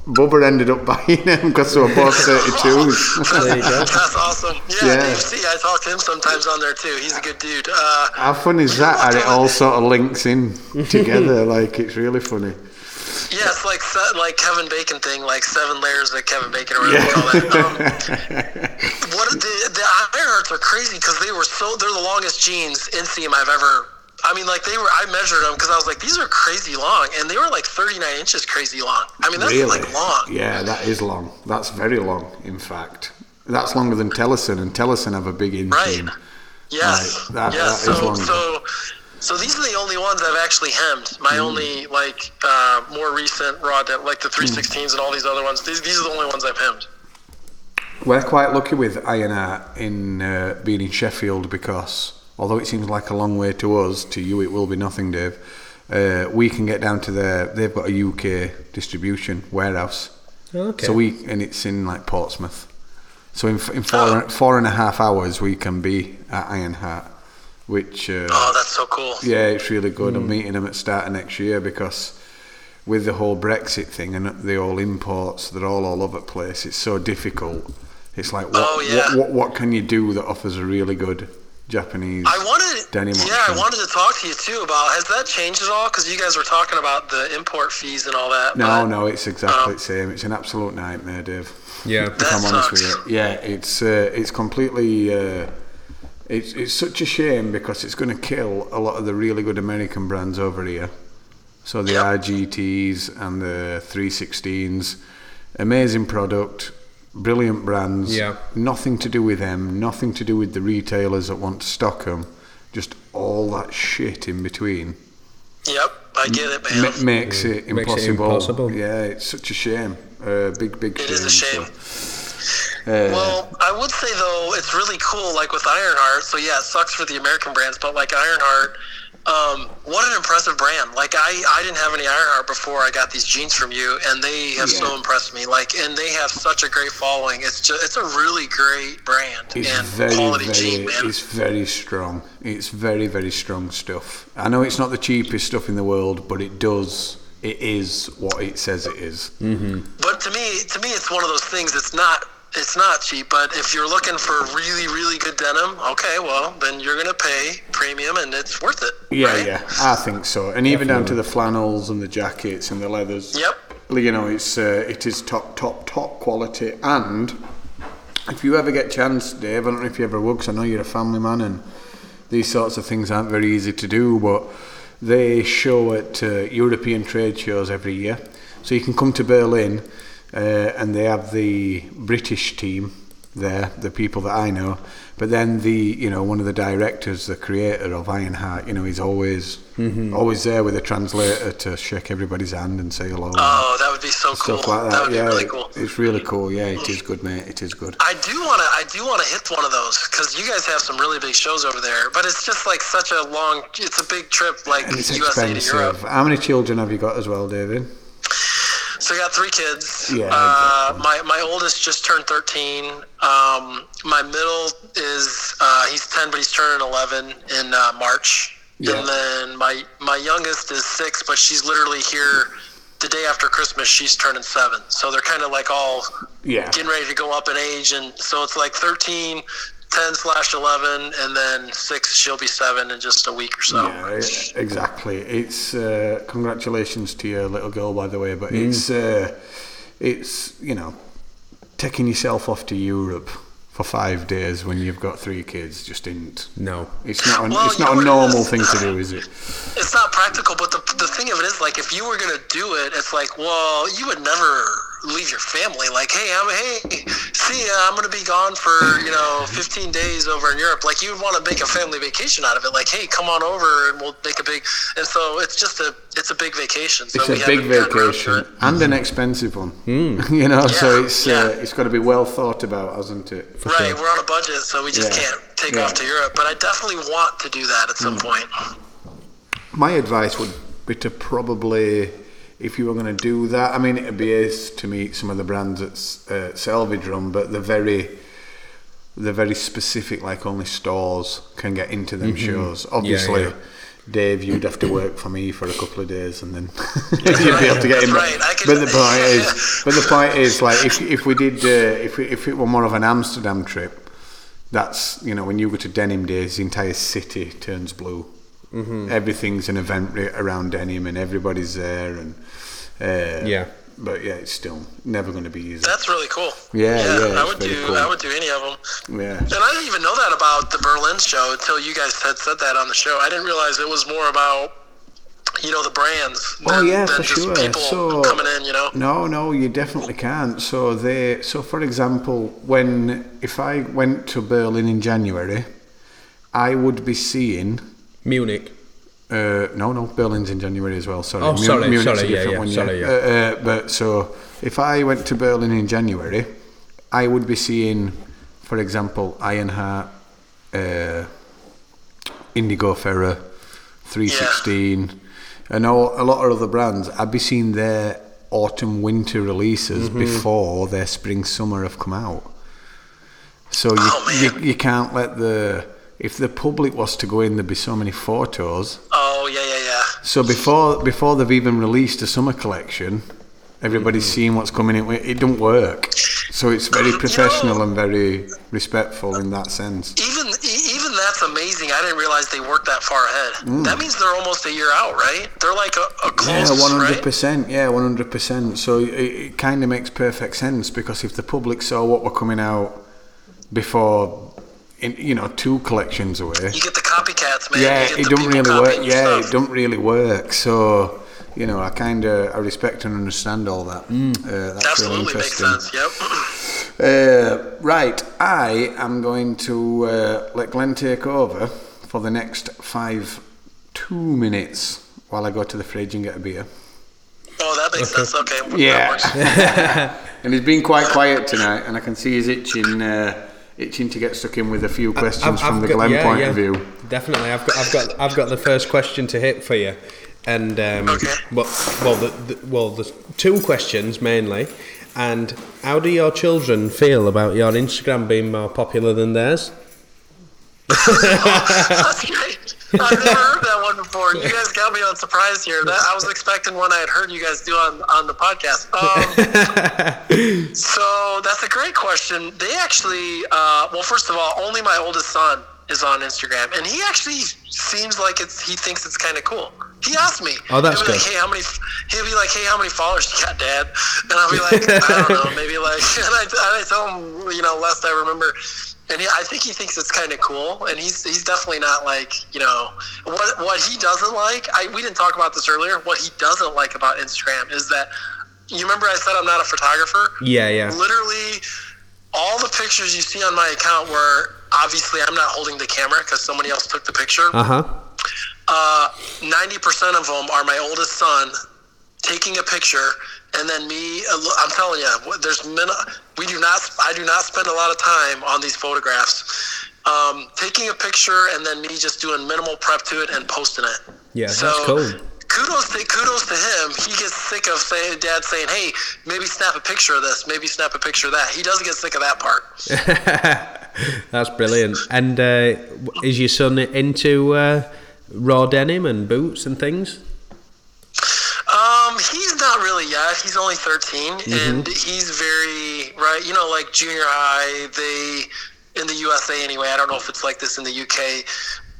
Bubba ended up buying them because they were both 32s.
There you go.
that's awesome. Yeah,
Yeah.
Dave C. I talk to him sometimes on there too. He's a good dude. Uh,
How fun is that? How it all sort of links in together. Like it's really funny.
Yeah, it's like se- like Kevin Bacon thing, like seven layers of Kevin Bacon or whatever you call that. Um, what are the the Ironhearts are crazy because they were so they're the longest jeans inseam I've ever. I mean, like they were. I measured them because I was like, these are crazy long, and they were like 39 inches crazy long. I mean, that's
Really?
like long.
Yeah, that is long. That's very long, in fact. That's longer than Tellison, and Tellison have a big
Right.
inseam.
Yes.
Right, that-
yes.
that is
so,
one.
so, so these are the only ones I've actually hemmed. My
Mm.
only like uh, more recent raw, de- like the
Mm.
316s and all these other ones. These these are the only ones I've hemmed.
We're quite lucky with INR in uh, being in Sheffield because although it seems like a long way to us, to you it will be nothing, Dave. Uh, we can get down to their. They've got a UK distribution warehouse,
Okay.
so we and it's in like Portsmouth. So in f- in four four and a half hours we can be at Ironheart, which uh,
Oh, that's so cool.
yeah, it's really good. I'm meeting them at start of next year because with the whole Brexit thing and the all imports, they're all all over the place. It's so difficult. It's like what
Oh, yeah.
what, what what can you do that offers a really good Japanese?
I wanted,
denim
yeah, I
option?
wanted to talk to you too about has that changed at all? Because you guys were talking about the import fees and all that.
No,
but um,
no, it's exactly the same. It's an absolute nightmare, Dave.
Yeah.
if I'm
That
honest with
sucks.
you. Yeah, it's uh, it's completely. Uh, it's, it's such a shame because it's going to kill a lot of the really good American brands over here. So the
Yep.
RGTs and the 316s, amazing product, brilliant brands.
Yeah.
Nothing to do with them, nothing to do with the retailers that want to stock them. just all that shit in between
Yep, I get it, man.
ma- makes it
Makes it
impossible.
impossible.
Yeah, it's such a shame. Uh, big, big
It
shame.
is a shame.
so, uh,
Well, I would say though it's really cool, like with Ironheart. So yeah, it sucks for the American brands, but like Ironheart, um, what an impressive brand! Like I, I didn't have any Ironheart before I got these jeans from you, and they have so
Yeah.
impressed me. Like, and they have such a great following. It's just, it's a really great brand
It's
and
very,
quality
very,
jean, man.
it's very strong. It's very, very strong stuff. I know it's not the cheapest stuff in the world, but it does. It is what it says it is.
Mm.
But to me, to me, it's one of those things. It's not. It's not cheap. But if you're looking for really, really good denim, okay, well, then you're gonna pay premium, and it's worth it.
Yeah,
right?
yeah, I think so. And even down to the flannels and the jackets and the leathers.
Yep.
You know, it's uh, it is top, top, top quality. And if you ever get chance, Dave, I don't know if you ever would, 'cause I know you're a family man, and these sorts of things aren't very easy to do. But they show at uh, European trade shows every year, so you can come to Berlin, uh, and they have the British team there, the people that I know. But then the you know one of the directors, the creator of Ironheart, you know, he's always
Mm-hmm.
always there with a translator to shake everybody's hand and say hello.
Oh, that would be so cool.
Stuff like that,
would
yeah.
be really
it-
cool.
It's really cool, yeah. It is good, mate. It is good.
I do want to. I do want to hit one of those because you guys have some really big shows over there. But it's just like such a long. It's a big trip, like
And it's
USA to Europe.
expensive. How many children have you got as well, David?
So I got three kids.
Yeah,
Uh, my my oldest just turned thirteen. Um, my middle is uh, he's ten, but he's turning eleven in uh, March.
Yeah.
And then my my youngest is six, but she's literally here the day after Christmas. She's turning seven. So they're kind of like all
Yeah.
getting ready to go up in age and so it's like 13 10 slash 11 and then 6 she'll be 7 in just a week or so
Yeah, e- exactly. It's uh, congratulations to your little girl, by the way. But it's uh, it's you know taking yourself off to Europe for five days when you've got three kids just isn't.
No.
It's not. An,
Well,
it's not
you
a
were
normal
just-
thing to do, is it?
it's not practical but the, the thing of it is like if you were gonna do it it's like well you would never leave your family like hey i'm hey see ya, i'm gonna be gone for you know 15 days over in europe like you'd want to make a family vacation out of it like hey come on over and we'll make a big and so it's just a it's a big vacation so
It's
we
a big
haven't gotten around to
vacation
it.
and an expensive one. you know, so
Yeah,
it's uh,
yeah.
it's got to be well thought about, hasn't it?
Right, we're on a budget, so we just
Yeah.
can't take
Yeah. Hmm.
off to Europe. But I definitely want to do that at some point.
My advice would be to probably, if you were going to do that, I mean, it'd be ace to meet some of the brands at S- uh, Selvage Run, but they're very, they're very specific. Like only stores can get into them shows. Obviously,
Mm-hmm. yeah.
Dave, you'd have to work for me for a couple of days, and then you'd be able to get in.
That's right, I
But
can-
the point is, but the point is, like if if we did, uh, if we, if it were more of an Amsterdam trip, that's you know when you go to denim days the entire city turns blue everything's an event re- around denim and everybody's there and uh,
Yeah.
but yeah it's still never going to be easy
That's really cool.
Yeah, yeah,
I
it's
would
very
do.
cool.
I would do any of them.
yeah
And I didn't even know that about the Berlin show until you guys had said that on the show. I didn't realize it was more about you know the brands than,
Oh yeah,
than
for
just
sure.
people
so
coming in. You know.
No, no, you definitely can't. So they, so for example, when if I went to Berlin in January, I would be seeing.
Munich.
Uh, no, no, Berlin's in January as well. Sorry,
Oh,
Mu-
sorry,
Munich's
sorry,
a
yeah,
different
yeah,
one,
sorry, yeah.
Uh, uh, but so if I went to Berlin in January, I would be seeing, for example, Ironheart, uh, Indigo Ferrer, 316, and all, a lot of other brands. I'd be seeing their autumn winter releases
Mm-hmm.
before their spring summer have come out. So you,
Oh,
you you can't let the if the public was to go in, there'd be so many photos.
Oh yeah, yeah, yeah.
So before before they've even released a summer collection, everybody's
Mm-hmm.
seeing what's coming in. It don't work. So it's very professional and very respectful in that sense.
Even e- even that's amazing. I didn't realize they worked that far ahead. That means they're almost a year out, right? They're like a, a close,
Hmm. Yeah, one hundred
right?
percent. Yeah, one hundred percent. So it, it kind of makes perfect sense because if the public saw what were coming out before, in you know, two collections away,
You get the copycats, man.
yeah,
you get
it
the
don't
people
really work.
copying
Yeah,
stuff.
it don't really work. So you know, I kind of I respect and understand all that. Uh, that's really
Mm. Absolutely makes
interesting.
sense. Yep.
Uh, right, I am going to uh, let Glenn take over for the next five, two minutes while I go to the fridge and get a beer.
Oh, that makes sense. Okay. that works.
and he's been quite quiet tonight, and I can see he's itching, uh, itching to get stuck in with a few questions from the
got-
Glen
yeah,
point
yeah.
of view.
Definitely, I've got, I've got, I've got the first question to hit for you, and um,
Okay.
well, well, the, the, well, the two questions mainly, and how do your children feel about your Instagram being more popular than theirs?
That's great. I've never heard that one before. You guys got me on surprise here. That, I was expecting one I had heard you guys do on, on the podcast. Um, so that's a great question. They actually, uh, well, first of all, only my oldest son is on Instagram, and he actually seems like it's he thinks it's kind of cool. He asked me.
Oh, that's
he'll be
good.
Like, hey, how many? He'll be like, hey, how many followers you got, Dad? And I'll be like, I don't know, maybe like. And I, and I tell him, you know, last I remember, and he, I think he thinks it's kind of cool. And he's he's definitely not like, you know, what what he doesn't like. I we didn't talk about this earlier. What he doesn't like about Instagram is that. You remember I said I'm not a photographer?
Yeah, yeah,
literally all the pictures you see on my account were obviously I'm not holding the camera because somebody else took the picture.
uh huh.
Uh, Ninety percent of them are my oldest son taking a picture, and then me. I'm telling you, there's min. We do not. I do not spend a lot of time on these photographs. Um, taking a picture and then me just doing minimal prep to it and posting it.
Yeah,
so,
that's cool.
Kudos to kudos to him. He gets sick of saying, dad saying, "Hey, maybe snap a picture of this, maybe snap a picture of that." He does get sick of that part.
That's brilliant. And uh, w- is your son into uh, raw denim and boots and things?
Um, he's not really yet. He's only 13,
Mm-hmm.
and he's very right. You know, like junior high, they in the USA anyway. I don't know if it's like this in the UK.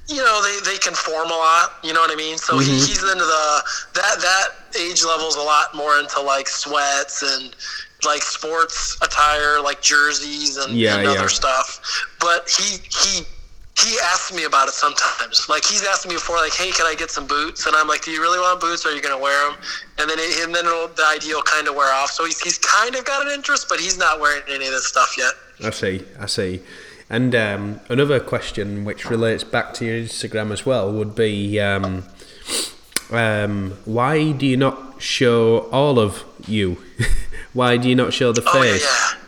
You know, they they conform a lot. You know what I mean? So
Mm-hmm.
he, he's into the that that age level's a lot more into like sweats and like sports attire, like jerseys and,
Yeah,
and
yeah.
other stuff. But he he he asks me about it sometimes. Like he's asked me before, like, "Hey, can I get some boots?" And I'm like, "Do you really want boots? Are you going to wear them?" And then it, and then it'll, the idea will kind of wear off. So he's he's kind of got an interest, but he's not wearing any of this stuff yet.
I see, I see. And um, another question which relates back to your Instagram as well would be um, um, why do you not show all of you? why do you not show the
Oh yeah,
face?
yeah.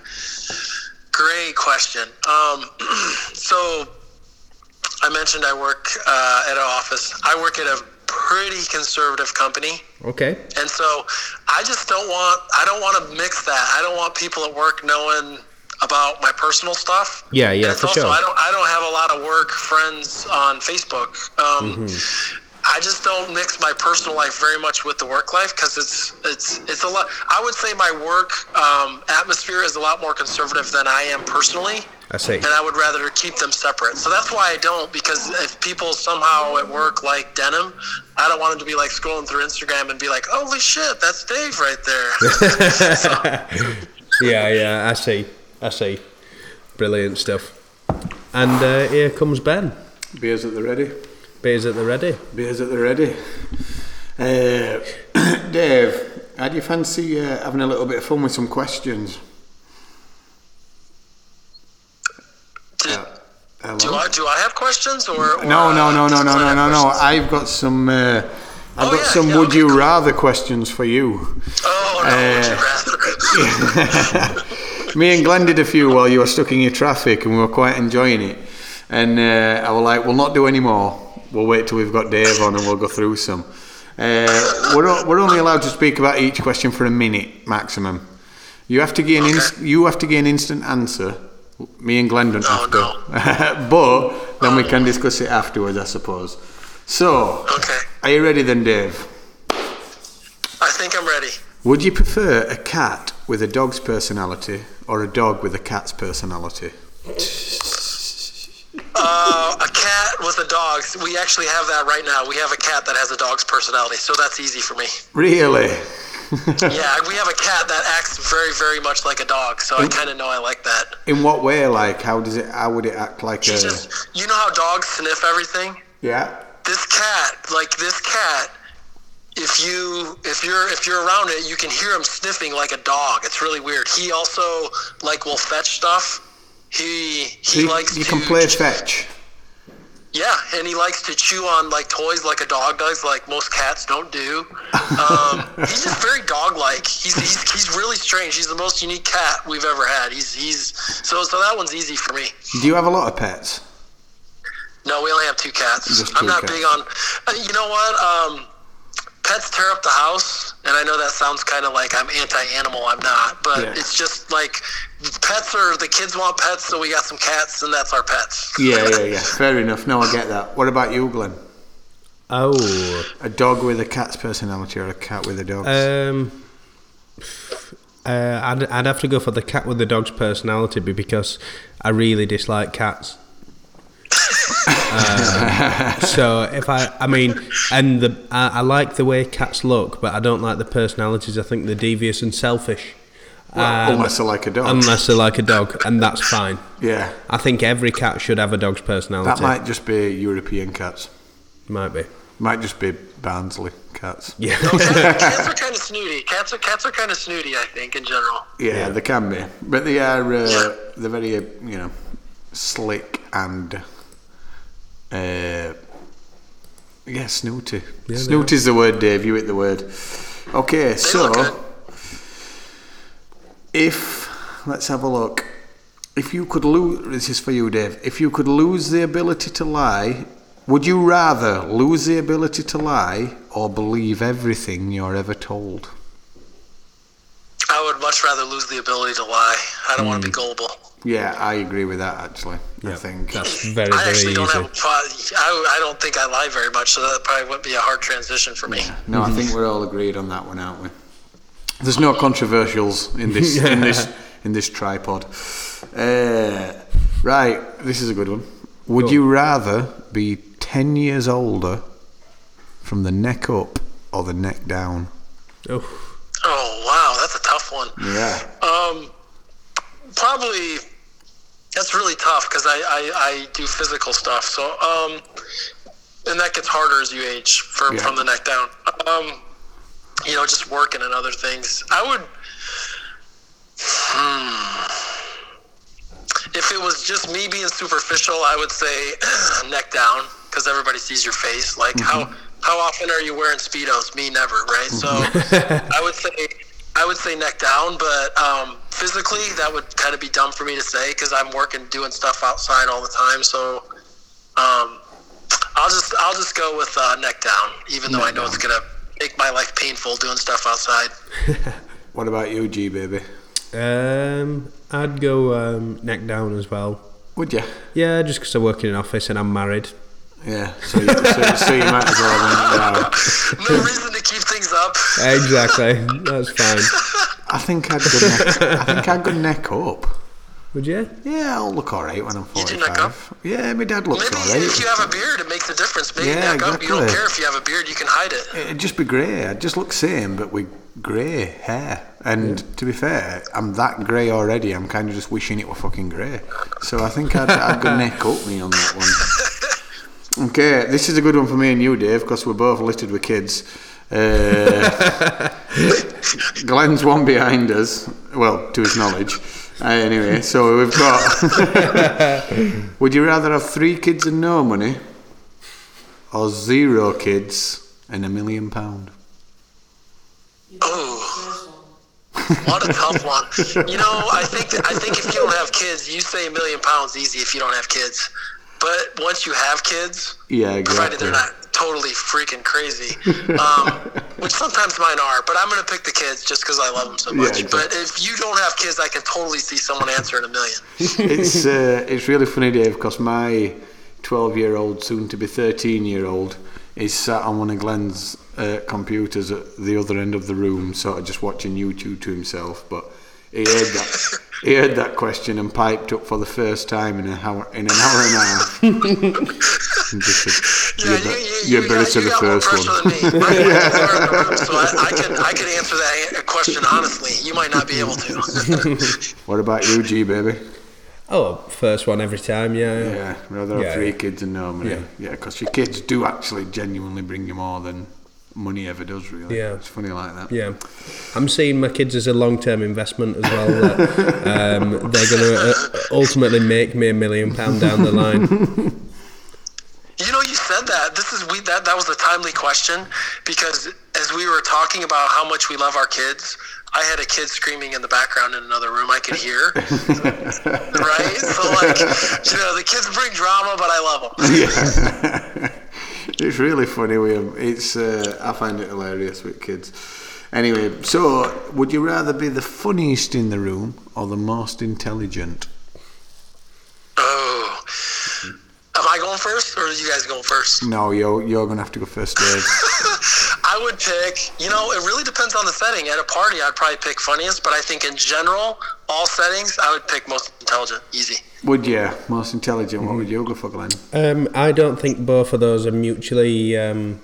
Great question. Um, so I mentioned I work uh, at an office. I work at a pretty conservative company.
Okay.
And so I just don't want I don't want to mix that. I don't want people at work knowing about my personal stuff.
Yeah, yeah,
And it's
for
also,
sure.
I don't I don't have a lot of work friends on Facebook. Um,
Mm-hmm.
I just don't mix my personal life very much with the work life because it's it's it's a lot. I would say my work um, atmosphere is a lot more conservative than I am personally
I see.
and I would rather keep them separate. So that's why I don't, because if people somehow at work like denim, I don't want them to be like scrolling through Instagram and be like, "Holy shit, that's Dave right there."
Yeah, yeah, I see. I see. Brilliant stuff. And uh, here comes Ben.
Beers at the ready.
Beers at the ready.
Beers at the ready. Uh, Dave, how do you fancy uh, having a little bit of fun with some questions?
do,
Hello?
do I do I have questions or, or
No, no, no, no,
does
no, no,
anyone
no,
have
no.
questions?
I've got some. Uh, I've
Oh,
got
yeah,
some
yeah,
would
okay,
you
cool.
rather questions for you.
Oh no, would
Uh,
you rather?
Me and Glenn did a few while you were stuck in your traffic, and we were quite enjoying it. And uh, I was like, "We'll not do any more. We'll wait till we've got Dave on, and we'll go through some." Uh, we're o- we're only allowed to speak about each question for a minute maximum. You have to give an inst- you have to give an instant answer. Me and Glenn don't have
no.
to, but then we can discuss it afterwards, I suppose. So,
okay,
are you ready then, Dave?
I think I'm ready.
Would you prefer a cat with a dog's personality or a dog with a cat's personality?
Uh, a cat with a dog. We actually have that right now. We have a cat that has a dog's personality, so that's easy for me.
Really?
Yeah, we have a cat that acts very, very much like a dog, so I kind of know I like that.
In what way? Like, how does it? How would it act like
She
a?
just, you know how dogs sniff everything.
Yeah.
This cat, like this cat, if you if you're if you're around it, you can hear him sniffing like a dog. It's really weird. He also like will fetch stuff. He he
You,
likes
you
to
can play fetch.
Yeah, and he likes to chew on like toys like a dog does, like most cats don't do. Um, he's just very dog-like. He's, he's he's really strange. He's the most unique cat we've ever had. He's he's so so that one's easy for me.
Do you have a lot of pets?
No, we only have two cats.
Just two
I'm not
cats.
big on. uh, You know what? Um, pets tear up the house, and I know that sounds kind of like I'm anti-animal. I'm not, but
Yeah.
it's just like pets are the kids want pets, so we got some cats, and that's our pets.
Yeah, yeah, yeah. Fair enough. No, I get that. What about you, Glenn?
Oh.
A dog with a cat's personality or a cat with a dog's?
Um, uh, I'd, I'd have to go for the cat with the dog's personality be- because I really dislike cats. Um, so if I, I mean, and the I, I like the way cats look, but I don't like the personalities. I think they're devious and selfish. Um,
Well, unless they're like a dog.
Unless they're like a dog, and that's fine.
yeah.
I think every cat should have a dog's personality.
That might just be European cats.
Might be.
Might just be Barnsley cats. Yeah,
Yeah.
cats are kind of snooty. Cats are cats are kind of snooty. I think in general.
they can be, but they are uh, they're very uh, you know slick and uh, yeah snooty. Snooty's the word, Dave. You hit the word. Okay, so
look good.
if let's have a look. If you could lose, this is for you, Dave. If you could lose the ability to lie, would you rather lose the ability to lie or believe everything you're ever told?
I would much rather lose the ability to lie. I don't
Mm.
want to be gullible.
Yeah, I agree with that actually. I think.
That's very,
I
very
actually
easy.
don't have a pro- I, I don't think I lie very much, so that probably would be a hard transition for me.
No, I think we're all agreed on that one, aren't we? There's no controversials in this in this in this tripod. Uh, right, this is a good one. Would you rather be ten years older from the neck up or the neck down?
Oh,
Oh wow, that's a tough one.
Yeah.
Um, probably that's really tough because I, I I do physical stuff, so um, and that gets harder as you age from
Yeah.
from the neck down. Um, you know, just working and other things. I would. Hmm. If it was just me being superficial, I would say neck down because everybody sees your face. Like how how often are you wearing speedos? Me never, right? So I would say I would say neck down, but um, physically that would kind of be dumb for me to say because I'm working doing stuff outside all the time. So um, I'll just I'll just go with uh, neck down, even though I know it's gonna make my life painful doing stuff outside.
What about you, G baby?
um, I'd go um, neck down as well.
Would you?
Yeah, just 'cause I work in an office and I'm married.
Yeah. So you, so, so you might as well. have went down.
No reason to keep things up.
Exactly. That's fine.
I think I'd go neck. I think I'd go neck up.
Would you?
Yeah, I'll look all right when I'm
You do
45.
neck up?
Yeah, my dad looks
Maybe
all right.
if you have a beard, it makes a difference. Maybe
Yeah,
neck up. You don't
exactly.
care if you have a beard; you can hide it.
It'd just be grey. I'd just look same, but with grey hair. And to be fair, I'm that grey already. I'm kind of just wishing it were fucking grey. So I think I'd, I'd go neck up me on that one. Okay, this is a good one for me and you, Dave, because we're both littered with kids. Uh, Glenn's one behind us, well, to his knowledge. Uh, anyway, so we've got. Would you rather have three kids and no money, or zero kids and a million pound.
Oh, what a tough one. You know, I think I think if you don't have kids, you say a million pounds easy if you don't have kids. But once you have kids,
Yeah, exactly.
provided they're not totally freaking crazy, um, which sometimes mine are. But I'm gonna pick the kids just because I love them so much.
exactly.
But if you don't have kids, I can totally see someone answering a million.
it's uh, it's really funny, Dave, because my twelve-year-old, soon-to-be thirteen-year-old, is sat on one of Glenn's uh, computers at the other end of the room, sort of just watching YouTube to himself. But he heard that he heard that question and piped up for the first time in an hour in an hour and a half. And just said,
Yeah,
"You're
you,
be-
you,
you're
you
better
got,
to
you
the
got more
first
pressure
one.
than me. My hands are in the room, so I, I could I could answer that a- question honestly. You might not be able to.
What about you, G baby?
Oh, first one every time. Yeah.
Yeah, rather have
Yeah,
three
yeah.
kids and no money.
Yeah.
Yeah, because your kids do actually genuinely bring you more than money ever does, really.
Yeah.
It's funny like that.
Yeah. I'm seeing my kids as a long-term investment as well. That, um, they're going to uh, ultimately make me a million pound down the line.
said that, this is we that that was a timely question because as we were talking about how much we love our kids, I had a kid screaming in the background in another room I could hear. right? So like, you know, the kids bring drama, but I love them.
it's really funny with him. It's uh, I find it hilarious with kids. Anyway, so would you rather be the funniest in the room or the most intelligent?
Oh. Am I going first or are you guys going first?
No, you're you're gonna have to go first, Dave.
I would pick, you know, it really depends on the setting. At a party, I'd probably pick funniest, but I think in general, all settings, I would pick most intelligent. Easy.
would you? Most intelligent. What would you go for, Glenn?
Um, I don't think both of those are mutually um,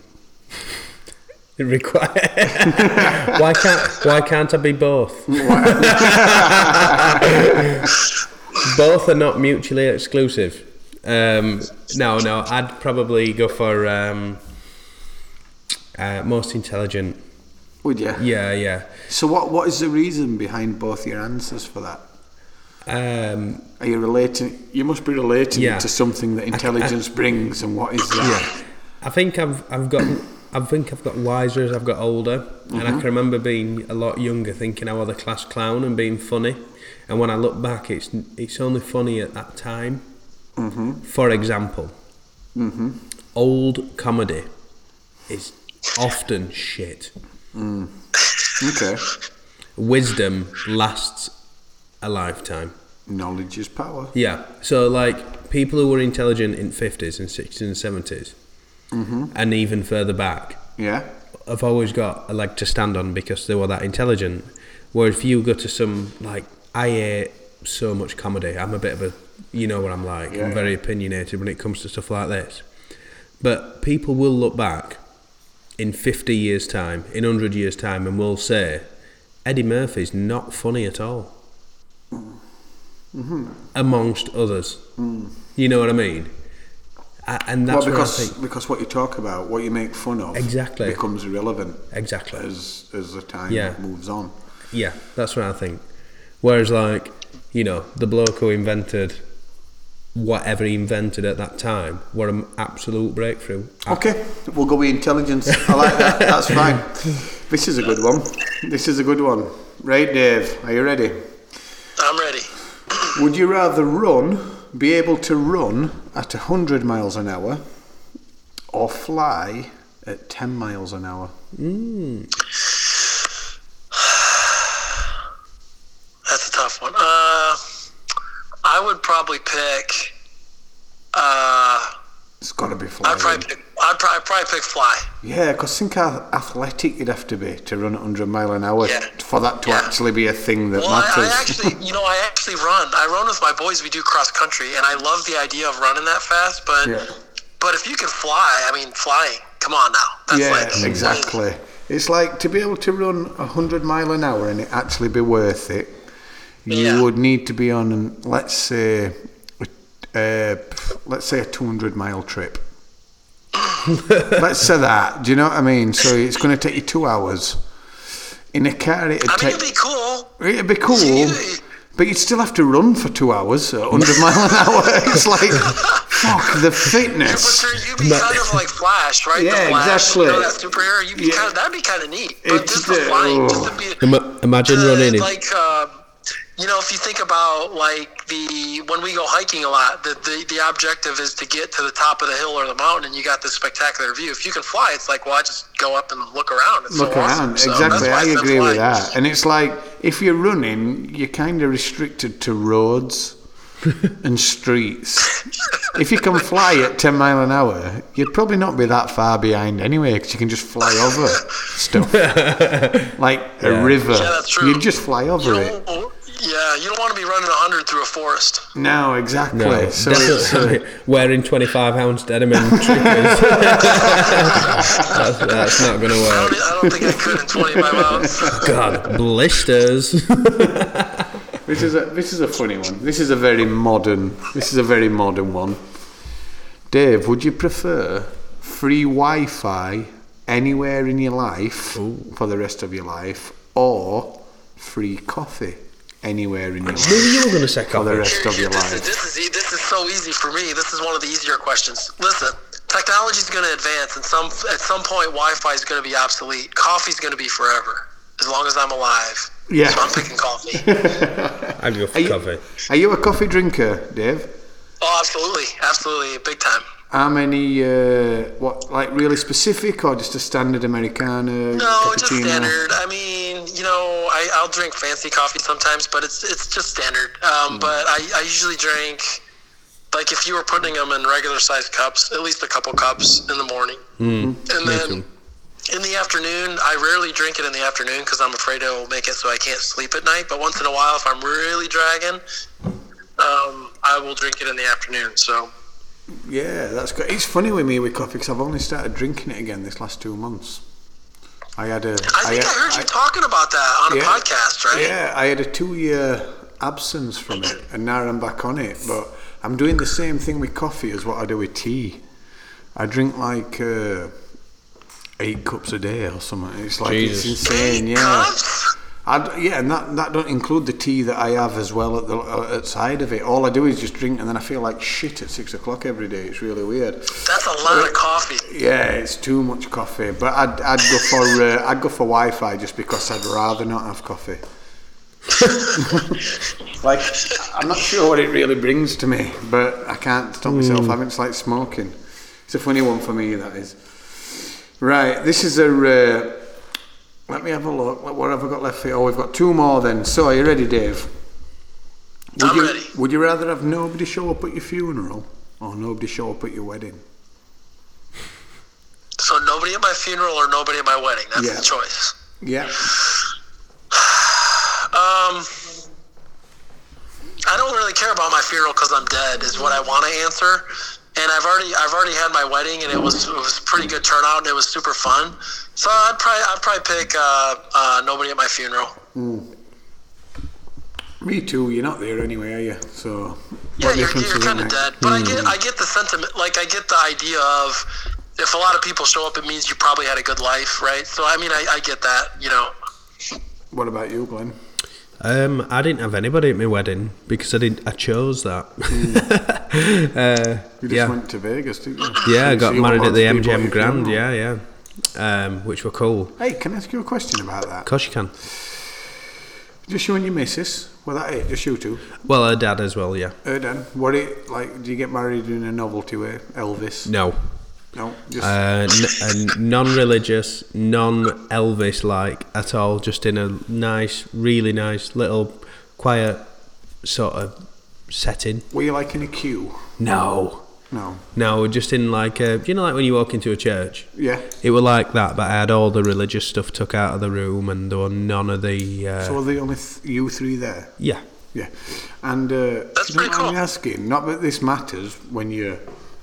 required. why can't Why can't I be both? both are not mutually exclusive. Um, no, no, I'd probably go for um, uh, most intelligent.
Would you?
Yeah, yeah.
So what what is the reason behind both your answers for that?
Um,
Are you relating? You must be relating
Yeah.
it to something that intelligence brings, and what is that?
I think I've I've got I think I've got wiser as I've got older, and I can remember being a lot younger, thinking I was the class clown and being funny. And when I look back, it's it's only funny at that time. For example, old comedy is often shit.
Okay,
Wisdom lasts a lifetime.
knowledge is power.
Yeah. So like people who were intelligent in fifties and sixties and 70s and even further back,
Yeah.
have always got a leg to stand on because they were that intelligent. Where if you go to some like I hate so much comedy. I'm a bit of a you know what I'm like.
Yeah,
I'm
yeah.
very opinionated when it comes to stuff like this. But people will look back in 50 years' time, in 100 years' time, and will say Eddie Murphy's not funny at all.
Mm-hmm.
Amongst others, you know what I mean. A- And that's
Mm. Well,
what I
because
think.
because what you talk about, what you make fun of,
Exactly.
becomes irrelevant
Exactly.
as as the time
Yeah.
moves on.
Yeah, that's what I think. Whereas, like, you know, the bloke who invented whatever he invented at that time were an absolute breakthrough.
Okay, we'll go with intelligence. I like that. That's fine. This is a good one. This is a good one. Right, Dave? Are you ready?
I'm ready.
Would you rather run, be able to run at hundred miles an hour, or fly at ten miles an hour?
That's a tough one. Uh, I would probably pick. Uh,
It's got to be flying.
I'd probably pick. I'd probably, probably pick fly.
Yeah, because think how athletic you'd have to be to run at 100 mile an hour
Yeah.
for that to
Yeah.
actually be a thing that
Well, I,
matters.
I actually, you know, I actually run. I run with my boys. We do cross country, and I love the idea of running that fast. But,
Yeah.
but if you can fly, I mean, flying. Come on now. That's
yeah,
like,
exactly. It's like to be able to run 100 mile an hour and it actually be worth it, you
Yeah.
would need to be on, an, let's say, a- uh, let's say a 200 mile trip. let's say that. Do you know what I mean? So it's going to take you two hours. In a car, it'd
I mean,
take.
it'd be cool.
It'd be cool,
Yeah.
but you'd still have to run for two hours at 100 mile an hour. It's like, fuck the
But
fitness.
sir, you'd be kind of like Flash, right?
Yeah,
the Flash,
exactly.
You know, that superhero. You'd be
Yeah.
kind of, that'd be kind of neat. But
It's
just for
the-
flying,
oh.
just to be.
imagine
the,
running in.
like um, you know if you think about like the when we go hiking a lot the, the the objective is to get to the top of the hill or the mountain and you got this spectacular view if you can fly it's like well i just go up and look around it's
Look
so awesome.
around,
So that's
exactly.
why
I
said
agree with
fly.
that. And it's like, if you're running, you're kind of restricted to roads and streets. If you can fly at 10 mile an hour, you'd probably not be that far behind anyway, because you can just fly over stuff. like a river.
Yeah, that's true.
You'd just fly
you
over it.
don't, yeah you don't want to be running 100 through a forest
No, exactly.
No,
so it's, uh,
definitely wearing 25 ounce denim and triggers. that's, that's not going to
I don't,
work.
I don't think i could in 25 miles
God, blisters.
This is a this is a funny one. This is a very modern. This is a very modern one. Dave, would you prefer free Wi-Fi anywhere in your life for the rest of your life, or free coffee anywhere in your
Who
life
you were going to say
for the
coffee?
rest of your
this, is,
life?
this, is, e- this is so easy for me this is one of the easier questions listen technology is going to advance, and some at some point, Wi-Fi is going to be obsolete. Coffee's going to be forever, as long as I'm alive.
Yeah.
So I'm picking coffee.
I'd go for
Are you,
coffee.
are you a coffee drinker, Dave?
oh, absolutely, absolutely, big time.
How many? Uh, what like really specific or just a standard Americano?
No, just standard. I mean, you know, I, I'll drink fancy coffee sometimes, but it's it's just standard.
Mm.
Um, But I, I usually drink, like, if you were putting them in regular sized cups, at least a couple cups in the morning.
Mm.
And then in the afternoon, I rarely drink it in the afternoon because I'm afraid it'll make it so I can't sleep at night. But once in a while, if I'm really dragging, um, I will drink it in the afternoon. So.
Yeah, that's good. It's funny with me with coffee because I've only started drinking it again this last two months. I had a.
I think I, heard you talking about that on
Yeah.
a podcast, right?
Yeah, I had a two-year absence from it, and now I'm back on it. But I'm doing the same thing with coffee as what I do with tea. I drink like uh, eight cups a day or something. It's like
Jesus.
it's insane.
Eight
Yeah.
cups?
I'd, yeah, and that, that don't include the tea that I have as well at the uh, outside of it. All I do is just drink, and then I feel like shit at six o'clock every day. It's really weird.
That's a lot of coffee.
Yeah, it's too much coffee. But I'd, I'd go for uh, I'd go for Wi-Fi just because I'd rather not have coffee. like I'm not sure what it really brings to me, but I can't stop myself having. It's like smoking. It's a funny one for me. That is. Right, this is a. Uh, let me have a look. What what have I got left here? Oh, we've got two more then. So, are you ready, Dave? Would
I'm
you,
ready.
Would you rather have nobody show up at your funeral or nobody show up at your wedding?
So nobody at my funeral or nobody at my wedding. That's
Yeah.
the choice.
Yeah.
Um, I don't really care about my funeral because I'm dead. Is what I want to answer. And I've already I've already had my wedding and it was it was pretty good turnout and it was super fun. So I'd probably I'd probably pick uh, uh, nobody at my funeral.
Me too. You're not there anyway, are you? So,
Yeah, you're,
difference
you're
does it
kind of
make? Hmm.
dead. But I get I get the sentiment, like I get the idea of if a lot of people show up, it means you probably had a good life, right? So I mean, I, I get that, you know.
What about you, Glenn?
Um, I didn't have anybody at my wedding because I didn't. I chose that.
Mm. You just
Yeah.
went to Vegas, didn't you?
yeah, I
So
got
you
married
want
at the
lots of people your
MGM Grand.
funeral.
Yeah, yeah. Um, which were cool. Of
Hey, can I ask you a question about that?
course you can.
Just you and your missus. Well, that it. Just you two.
Well, her dad as well. Yeah.
Uh, Dan, what it like? Do you get married in a novelty way, Elvis?
No.
No, just
Uh, n- a non-religious, non-Elvis-like at all. Just in a nice, really nice little quiet sort of setting.
were you like in a queue?
No.
No.
No, just in like a, you know, like when you walk into a church.
Yeah.
It were like that, but I had all the religious stuff took out of the room, and there were none of the. Uh,
So were the only th- you three there?
yeah.
Yeah. And uh,
That's
if you don't
pretty
mind
cool.
me asking, not that this matters when you're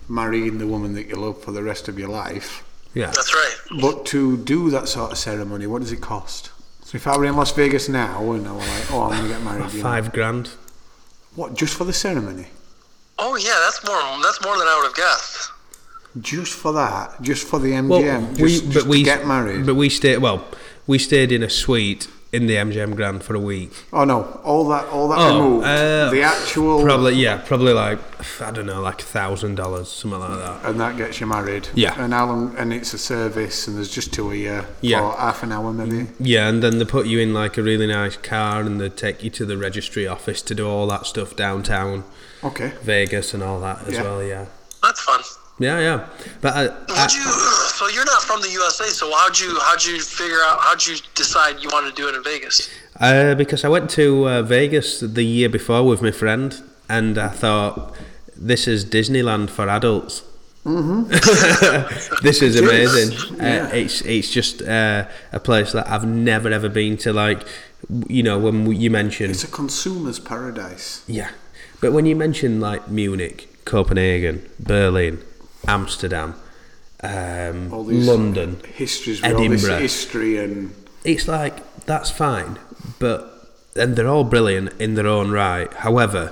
marrying the woman that you love for the rest of your life,
Yeah.
That's right.
but to do that sort of ceremony, what does it cost? So if I were in Las Vegas now and I were like, oh, I'm going to get married, you know,
Five grand.
what just for the ceremony?
Oh yeah, that's more that's more than I would have guessed.
Just for that? Just for the MGM?
Well,
just,
we
just
but
to
we
get married?
But we stayed. Well, we stayed in a suite in the MGM Grand for a week.
oh no, all that, all that removed.
uh,
Oh, the actual
Probably yeah. Probably like I don't know, like a thousand dollars, something like that.
and that gets you married.
Yeah.
And how long? And it's a service, and there's just two a year
Yeah. Mm-hmm.
for half an hour maybe.
Yeah, and then they put you in like a really nice car, and they take you to the registry office to do all that stuff downtown
Okay.
Vegas and all that as
Yeah.
well. Yeah.
That's fun.
Yeah, yeah. But I, I,
How'd you? So you're not from the USA. So how'd you? How'd you figure out? How'd you decide you wanted to do it in Vegas?
Uh, because I went to uh, Vegas the year before with my friend, and I thought, this is Disneyland for adults.
Mm-hmm.
this is amazing. Uh, it's it's just uh, a place that I've never ever been to. Like, w- you know, when you mentioned
It's a consumer's paradise.
yeah. But when you mention like Munich, Copenhagen, Berlin, Amsterdam, um,
All these
London,
histories, with all this
Edinburgh,
history, and
it's like that's fine, but and they're all brilliant in their own right. However,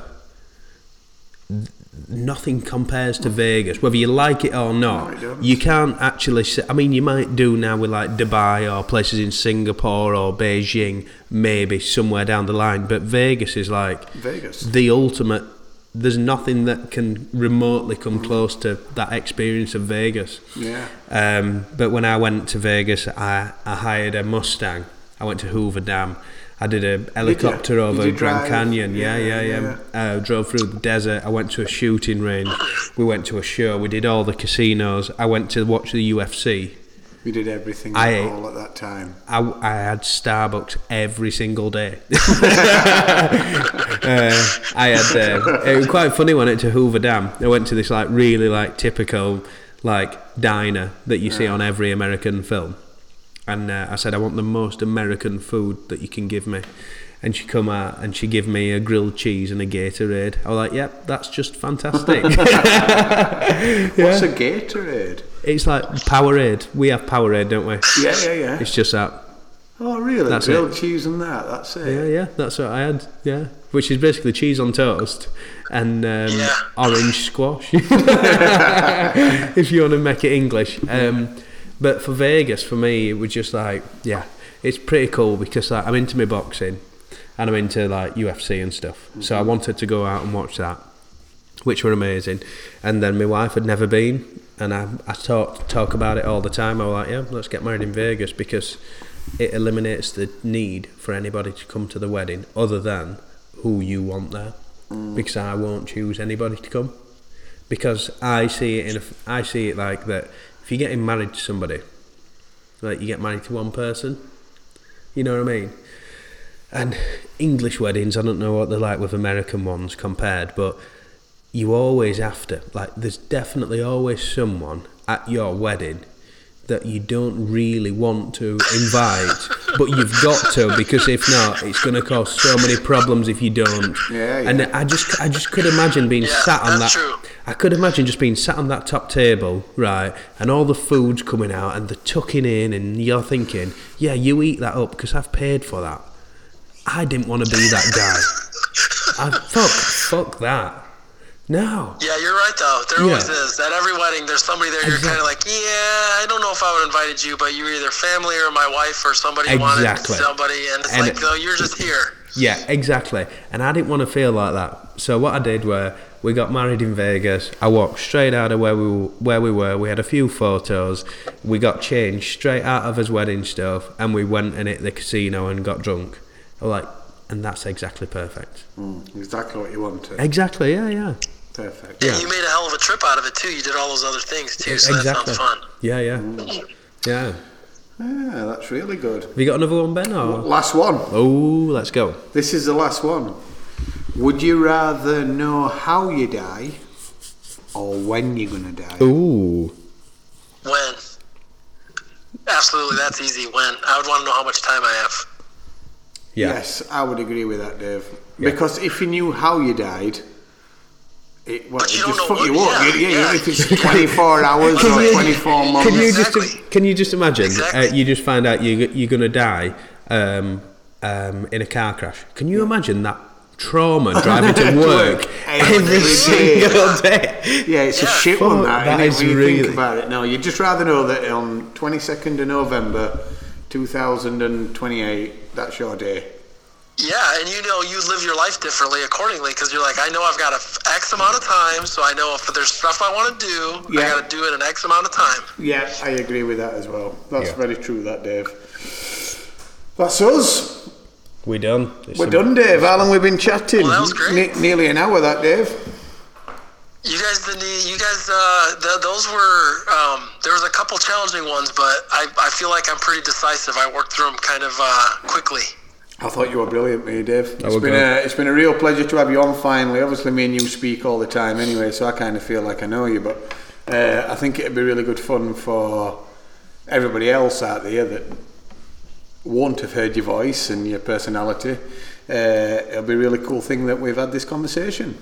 th- nothing compares to Vegas, whether you like it
No, it
or not.
doesn't.
you can't actually. Say, I mean, you might do now with like Dubai or places in Singapore or Beijing, maybe somewhere down the line. But Vegas is like
Vegas.
the ultimate there's nothing that can remotely come close to that experience of Vegas.
Yeah.
Um, but when I went to Vegas, I, I hired a Mustang. I went to Hoover Dam. I did a helicopter
Did
over
you
Grand
drive?
Canyon. Yeah, yeah,
Yeah,
yeah. Uh, drove through the desert. I went to a shooting range. We went to a show. We did all the casinos. I went to watch the UFC.
We did everything
I-
all at that time.
I, I had Starbucks every single day. uh, I had uh, it was quite funny when I went to Hoover Dam. I went to this like really like typical like diner that you see on every American film, and uh, I said I want the most American food that you can give me. And she come out and she give me a grilled cheese and a Gatorade. I was like, "Yep, that's just fantastic."
What's a Gatorade?
it's like Powerade. We have Powerade, don't we?
Yeah, yeah, yeah.
It's just that
Oh, really?
That's
Grilled
it.
cheese and that. That's it.
Yeah, yeah, that's what I had. Yeah, which is basically cheese on toast and um,
Yeah.
orange squash, if you want to make it English. Um, but for Vegas, for me, it was just like, yeah, it's pretty cool because like, I'm into my boxing and I'm into like UFC and stuff. So I wanted to go out and watch that, which were amazing. And then my wife had never been. And I, I talk talk about it all the time. I was like, yeah, let's get married in Vegas because it eliminates the need for anybody to come to the wedding other than who you want there because I won't choose anybody to come because I see it in a f I see it like that if you're getting married to somebody like you get married to one person you know what I mean and English weddings I don't know what they're like with American ones compared but you always after like there's definitely always someone at your wedding that you don't really want to invite but you've got to because if not it's going to cause so many problems if you don't
Yeah, yeah.
and I just I just could imagine being
Yeah,
sat on that
that's true.
I could imagine just being sat on that top table, right, and all the food's coming out and the tucking in, and you're thinking, yeah, you eat that up because I've paid for that. I didn't want to be that guy. I, fuck, fuck that. No.
Yeah, you're right though. There
Yeah.
always is. At every wedding, there's somebody there. You're kind of like, yeah, I don't know if I would invited you, but you were either family or my wife or somebody wanted
Exactly.
somebody, and it's
And
like,
it-
no, you're just here.
Yeah, exactly. And I didn't want to feel like that. So what I did were we got married in Vegas. I walked straight out of where we were, where we were. We had a few photos. We got changed straight out of his wedding stuff, and we went and hit the casino and got drunk. I was like, and that's exactly perfect.
Mm, exactly what you wanted.
Exactly. Yeah. Yeah.
Perfect.
Yeah.
And you made a hell of a trip out of it too. You did all those other things too, so
exactly.
that sounds fun.
Yeah. Yeah. Yeah.
Yeah, that's really good.
Have you got another one, Ben? Or?
Last one.
Oh, let's go.
This is the last one. Would you rather know how you die or when you're going to die?
Ooh.
When? Absolutely, that's easy. When? I would want to know how much time I have.
Yeah.
Yes, I would agree with that, Dave. Because if you knew how you died, it, well,
But
it
you don't
just
know
fuck you
what-
up.
yeah,
Yeah, yeah,
yeah.
If it's 24 hours
Could
or
you-
24 months.
Can you
Exactly.
just can you just imagine? Uh,
Exactly.
you just find out you you're gonna die um, um, in a car crash. Can you imagine that trauma driving to work
Every
every
day.
single day?
Yeah, it's a
Yeah.
shit
Fuck,
one. That,
that
innit,
is
when you
really-
think about it. No, you'd just rather know that on twenty second of November, two thousand and twenty eight. That's your day.
Yeah, and you know, you live your life differently accordingly because you're like, I know I've got a f- X amount of time, so I know if there's stuff I want to do, I
Yeah.
got to do it in X amount of time.
Yeah, I agree with that as well. That's
Yeah.
very true, that Dave. That's us.
We're done. It's
We're
a-
done, Dave. How long we've been chatting?
Well, that was great.
Ne- nearly an hour, that Dave.
You guys didn't. need- You guys. Uh, th- those were. Um, there was a couple challenging ones, but I, I feel like I'm pretty decisive. I worked through them kind of uh, quickly.
I thought you were brilliant, me, Dave. It's
we're
been
good.
a it's been a real pleasure to have you on. Finally, obviously, me and you speak all the time anyway, so I kind of feel like I know you. But uh, I think it'd be really good fun for everybody else out there that won't have heard your voice and your personality. Uh, it'll be a really cool thing that we've had this conversation.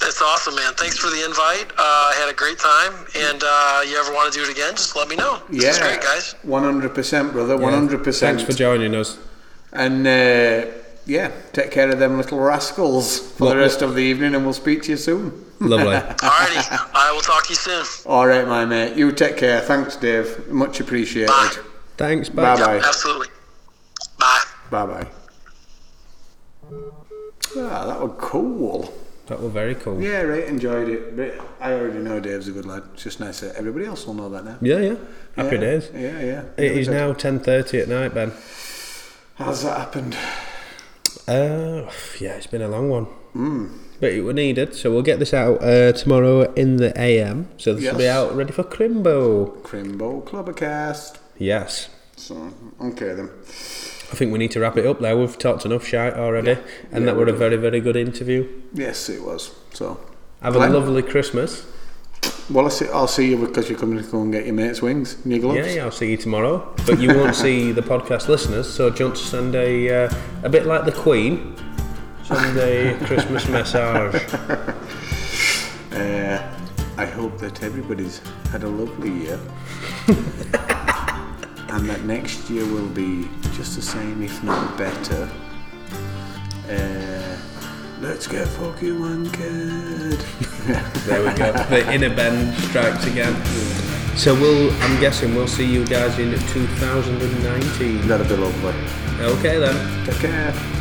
That's awesome, man. Thanks for the invite. Uh, I had a great time, and uh, you ever want to do it again? Just let me know. This is great, guys.
one hundred percent, brother, one hundred
Thanks for
percent.
joining us.
And uh, yeah, take care of them little rascals for
Well,
the rest of the evening, and we'll speak to you soon.
Lovely.
Alrighty, I will talk to you soon.
All right, my mate. You take care. Thanks, Dave. Much appreciated.
Bye.
Thanks.
Bye
Bye.
bye.
Absolutely. Bye.
Bye bye. Ah, that was cool.
That were very cool.
Yeah, right. Enjoyed it. But I already know Dave's a good lad. It's just nice that everybody else will know that now.
yeah. yeah. Happy
yeah,
days.
Yeah, yeah.
It is
Really
now 10.30 at night, Ben.
good. How's that happened?
Uh, yeah, it's been a long one. But it were needed, so we'll get this out uh, tomorrow in the AM. So this will be
Yes.
out ready for Crimbo.
Crimbo Clubbercast.
Yes.
So, okay then.
I think we need to wrap it up there. We've talked enough shite already, and that were a very, very good interview.
Yes, it was. So,
Have
Glenn?
a lovely Christmas.
well, I see, I'll see you because you're coming to go and get your mate's wings and your gloves.
Yeah, yeah, I'll see you tomorrow. But you won't see the podcast listeners, so do you want to send a, uh, a bit like the Queen, send a Christmas message.
Uh, I hope that everybody's had a lovely year. and that next year will be just the same, if not better. Uh, let's get fucking wankered.
There we go. The inner bend strikes again. So we'll, I'm guessing we'll see you guys in 2019.
That'll be lovely.
Okay then.
Take care.